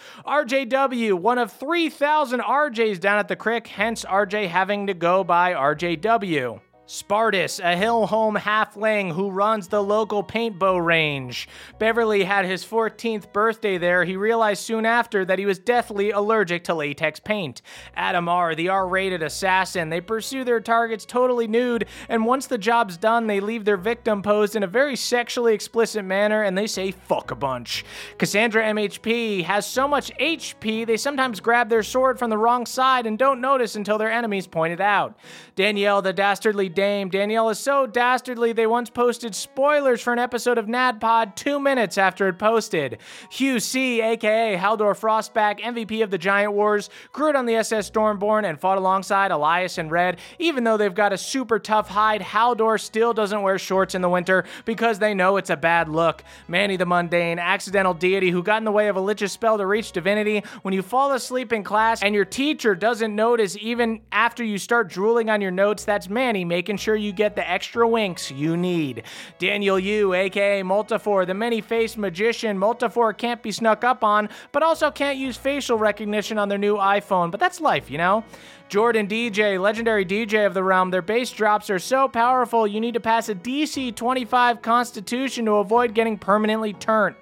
RJW, one of 3,000 RJs down at the crick, hence RJ having to go by RJW. Spartus, a hill home halfling who runs the local paintbow range. Beverly had his 14th birthday there. He realized soon after that he was deathly allergic to latex paint. Adam R., the R rated assassin, they pursue their targets totally nude, and once the job's done, they leave their victim posed in a very sexually explicit manner and they say fuck a bunch. Cassandra MHP has so much HP, they sometimes grab their sword from the wrong side and don't notice until their enemies point it out. Danielle, the dastardly dame. Danielle is so dastardly, they once posted spoilers for an episode of NADPOD two minutes after it posted. Hugh C., aka Haldor Frostback, MVP of the Giant Wars, grew it on the SS Stormborn and fought alongside Elias and Red. Even though they've got a super tough hide, Haldor still doesn't wear shorts in the winter because they know it's a bad look. Manny the Mundane, accidental deity who got in the way of a lich's spell to reach divinity. When you fall asleep in class and your teacher doesn't notice even after you start drooling on your notes, that's Manny making sure you get the extra winks you need. Daniel Yu, aka Multifor, the many faced magician. Multifor can't be snuck up on, but also can't use facial recognition on their new iPhone, but that's life, you know? Jordan DJ, legendary DJ of the realm, their bass drops are so powerful you need to pass a DC 25 constitution to avoid getting permanently turned.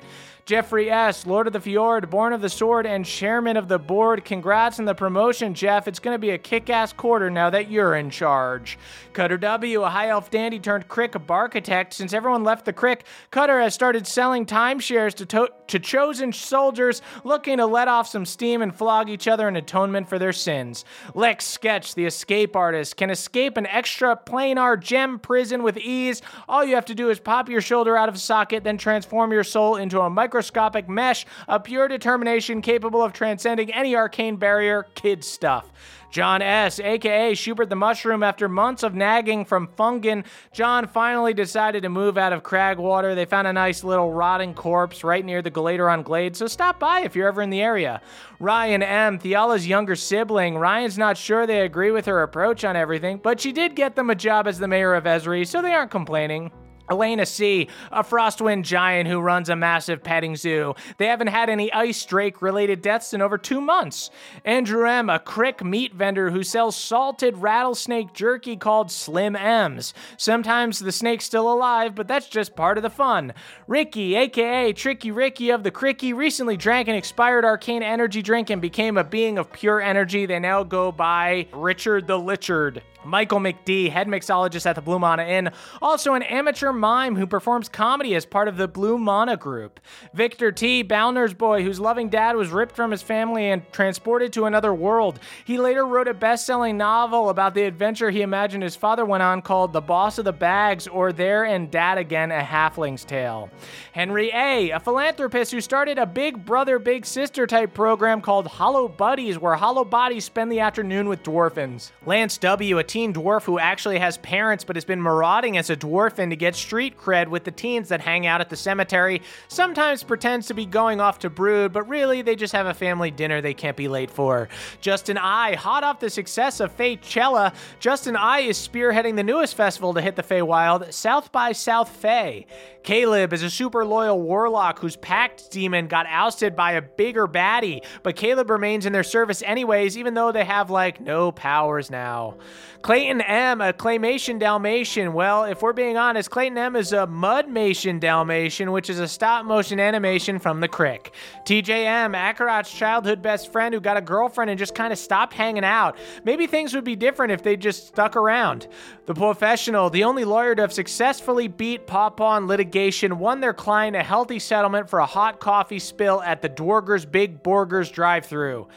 Jeffrey S., Lord of the Fjord, Born of the Sword, and Chairman of the Board. Congrats on the promotion, Jeff. It's going to be a kick ass quarter now that you're in charge. Cutter W., a high elf dandy turned crick architect. Since everyone left the crick, Cutter has started selling timeshares to, to-, to chosen soldiers looking to let off some steam and flog each other in atonement for their sins. Lex Sketch, the escape artist, can escape an extra planar gem prison with ease. All you have to do is pop your shoulder out of socket, then transform your soul into a micro microscopic mesh, a pure determination capable of transcending any arcane barrier, kid stuff. John S., aka Schubert the Mushroom, after months of nagging from Fungan, John finally decided to move out of Cragwater. They found a nice little rotting corpse right near the Galateron Glade, so stop by if you're ever in the area. Ryan M., Theala's younger sibling. Ryan's not sure they agree with her approach on everything, but she did get them a job as the mayor of Esri, so they aren't complaining. Elena C., a frostwind giant who runs a massive petting zoo. They haven't had any ice drake related deaths in over two months. Andrew M., a crick meat vendor who sells salted rattlesnake jerky called Slim M's. Sometimes the snake's still alive, but that's just part of the fun. Ricky, aka Tricky Ricky of the Cricky, recently drank an expired arcane energy drink and became a being of pure energy. They now go by Richard the Lichard. Michael McD, head mixologist at the Blue Mana Inn, also an amateur mime who performs comedy as part of the Blue Mana group. Victor T, Bowner's boy, whose loving dad was ripped from his family and transported to another world. He later wrote a best selling novel about the adventure he imagined his father went on called The Boss of the Bags or There and Dad Again, a Halfling's Tale. Henry A, a philanthropist who started a big brother, big sister type program called Hollow Buddies, where hollow bodies spend the afternoon with dwarfins. Lance W, a teen dwarf who actually has parents but has been marauding as a dwarfin to get street cred with the teens that hang out at the cemetery, sometimes pretends to be going off to brood, but really they just have a family dinner they can't be late for. Justin I, hot off the success of Faye Cella, Justin I is spearheading the newest festival to hit the Fey Wild, South by South Fey. Caleb is a super loyal warlock whose pact demon got ousted by a bigger baddie, but Caleb remains in their service anyways, even though they have like no powers now. Clayton M, a claymation Dalmatian. Well, if we're being honest, Clayton M is a mudmation Dalmatian, which is a stop motion animation from the crick. TJM, Akarat's childhood best friend who got a girlfriend and just kind of stopped hanging out. Maybe things would be different if they just stuck around. The professional, the only lawyer to have successfully beat Pawpaw in litigation, won their client a healthy settlement for a hot coffee spill at the Dwarger's Big Borgers drive-through.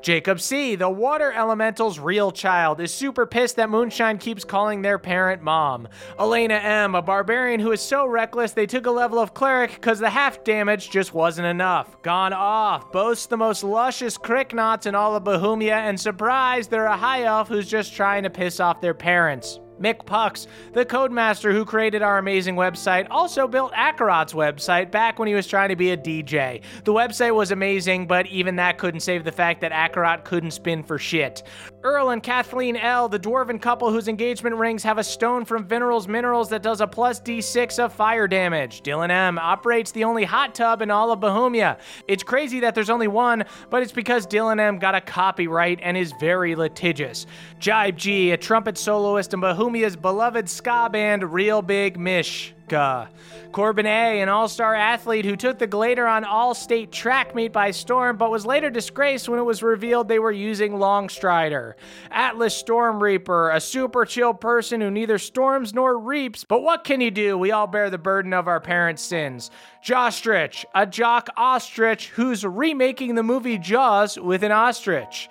Jacob C., the water elemental's real child, is super pissed that Moonshine keeps calling their parent mom. Elena M., a barbarian who is so reckless they took a level of cleric because the half damage just wasn't enough. Gone off, boasts the most luscious crick knots in all of Bohemia, and surprised they're a high elf who's just trying to piss off their parents. Mick Pucks, the codemaster who created our amazing website, also built Akarot's website back when he was trying to be a DJ. The website was amazing, but even that couldn't save the fact that Akarot couldn't spin for shit. Earl and Kathleen L., the dwarven couple whose engagement rings have a stone from Minerals Minerals that does a plus d6 of fire damage. Dylan M. operates the only hot tub in all of Bohemia. It's crazy that there's only one, but it's because Dylan M. got a copyright and is very litigious. Jibe G., a trumpet soloist in Bohemia's beloved ska band Real Big Mish. America. uh, Corbin A, an all star athlete who took the Glader on all state track meet by storm, but was later disgraced when it was revealed they were using Longstrider. Atlas Storm Reaper, a super chill person who neither storms nor reaps, but what can you do? We all bear the burden of our parents' sins. Jostrich, a jock ostrich who's remaking the movie Jaws with an ostrich.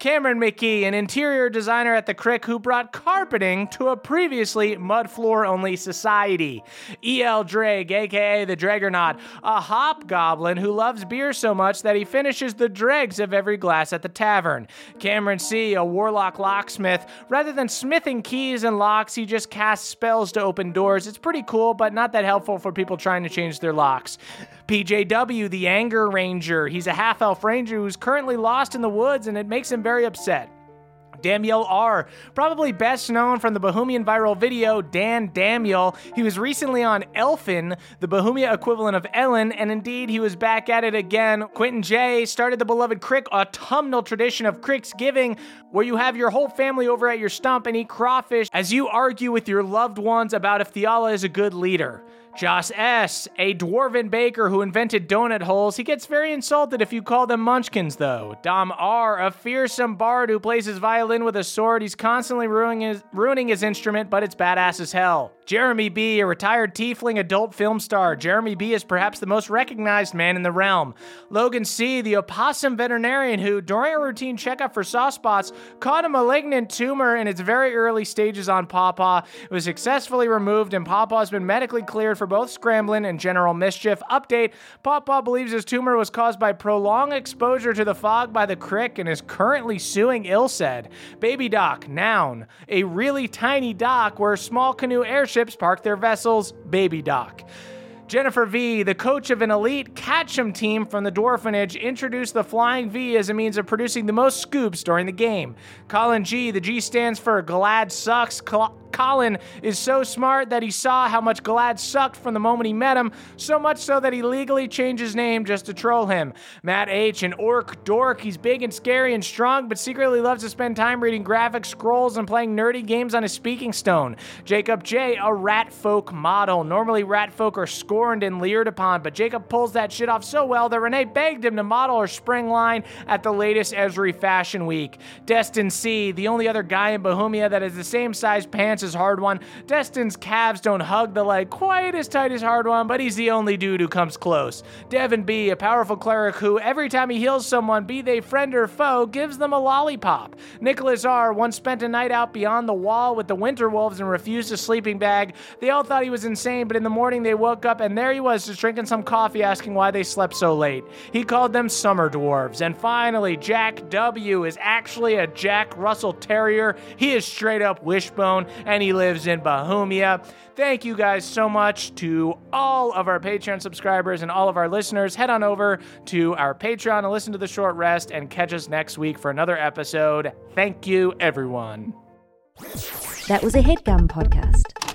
Cameron McKee, an interior designer at the Crick who brought carpeting to a previously mud floor only society. E.L. Drake, aka the Dragonaut, a hobgoblin who loves beer so much that he finishes the dregs of every glass at the tavern. Cameron C., a warlock locksmith, rather than smithing keys and locks, he just casts spells to open doors. It's pretty cool, but not that helpful for people trying to change their locks. PJW, the Anger Ranger, he's a half elf ranger who's currently lost in the woods and it makes him very upset. Damiel R, probably best known from the Bohemian viral video Dan Damiel. He was recently on Elfin, the Bohemia equivalent of Ellen, and indeed he was back at it again. Quentin J started the beloved Crick autumnal tradition of Crick's Giving, where you have your whole family over at your stump and eat crawfish as you argue with your loved ones about if Theala is a good leader. Joss S., a dwarven baker who invented donut holes. He gets very insulted if you call them munchkins, though. Dom R., a fearsome bard who plays his violin with a sword. He's constantly ruining his, ruining his instrument, but it's badass as hell. Jeremy B., a retired tiefling adult film star. Jeremy B. is perhaps the most recognized man in the realm. Logan C., the opossum veterinarian who, during a routine checkup for soft spots, caught a malignant tumor in its very early stages on Pawpaw. It was successfully removed, and Pawpaw's been medically cleared for both Scramblin' and General Mischief. Update Pawpaw believes his tumor was caused by prolonged exposure to the fog by the crick and is currently suing Ilsed. Baby Dock, noun, a really tiny dock where small canoe airships park their vessels, Baby Dock. Jennifer V, the coach of an elite Catchem team from the Dwarfinage, introduced the Flying V as a means of producing the most scoops during the game. Colin G, the G stands for Glad Sucks. Cl- Colin is so smart that he saw how much Glad sucked from the moment he met him, so much so that he legally changed his name just to troll him. Matt H, an orc dork, he's big and scary and strong, but secretly loves to spend time reading graphic scrolls and playing nerdy games on his speaking stone. Jacob J, a rat folk model. Normally, rat folk are score scorned and leered upon, but Jacob pulls that shit off so well that Renee begged him to model her spring line at the latest Esri Fashion Week. Destin C, the only other guy in Bohemia that has the same size pants as Hard One. Destin's calves don't hug the leg quite as tight as Hard One, but he's the only dude who comes close. Devin B, a powerful cleric who, every time he heals someone, be they friend or foe, gives them a lollipop. Nicholas R once spent a night out beyond the wall with the Winter Wolves and refused a sleeping bag. They all thought he was insane, but in the morning they woke up and and there he was just drinking some coffee asking why they slept so late. He called them summer dwarves. And finally, Jack W is actually a Jack Russell Terrier. He is straight up wishbone and he lives in Bohemia. Thank you guys so much to all of our Patreon subscribers and all of our listeners. Head on over to our Patreon and listen to the short rest and catch us next week for another episode. Thank you, everyone.
That was a headgum podcast.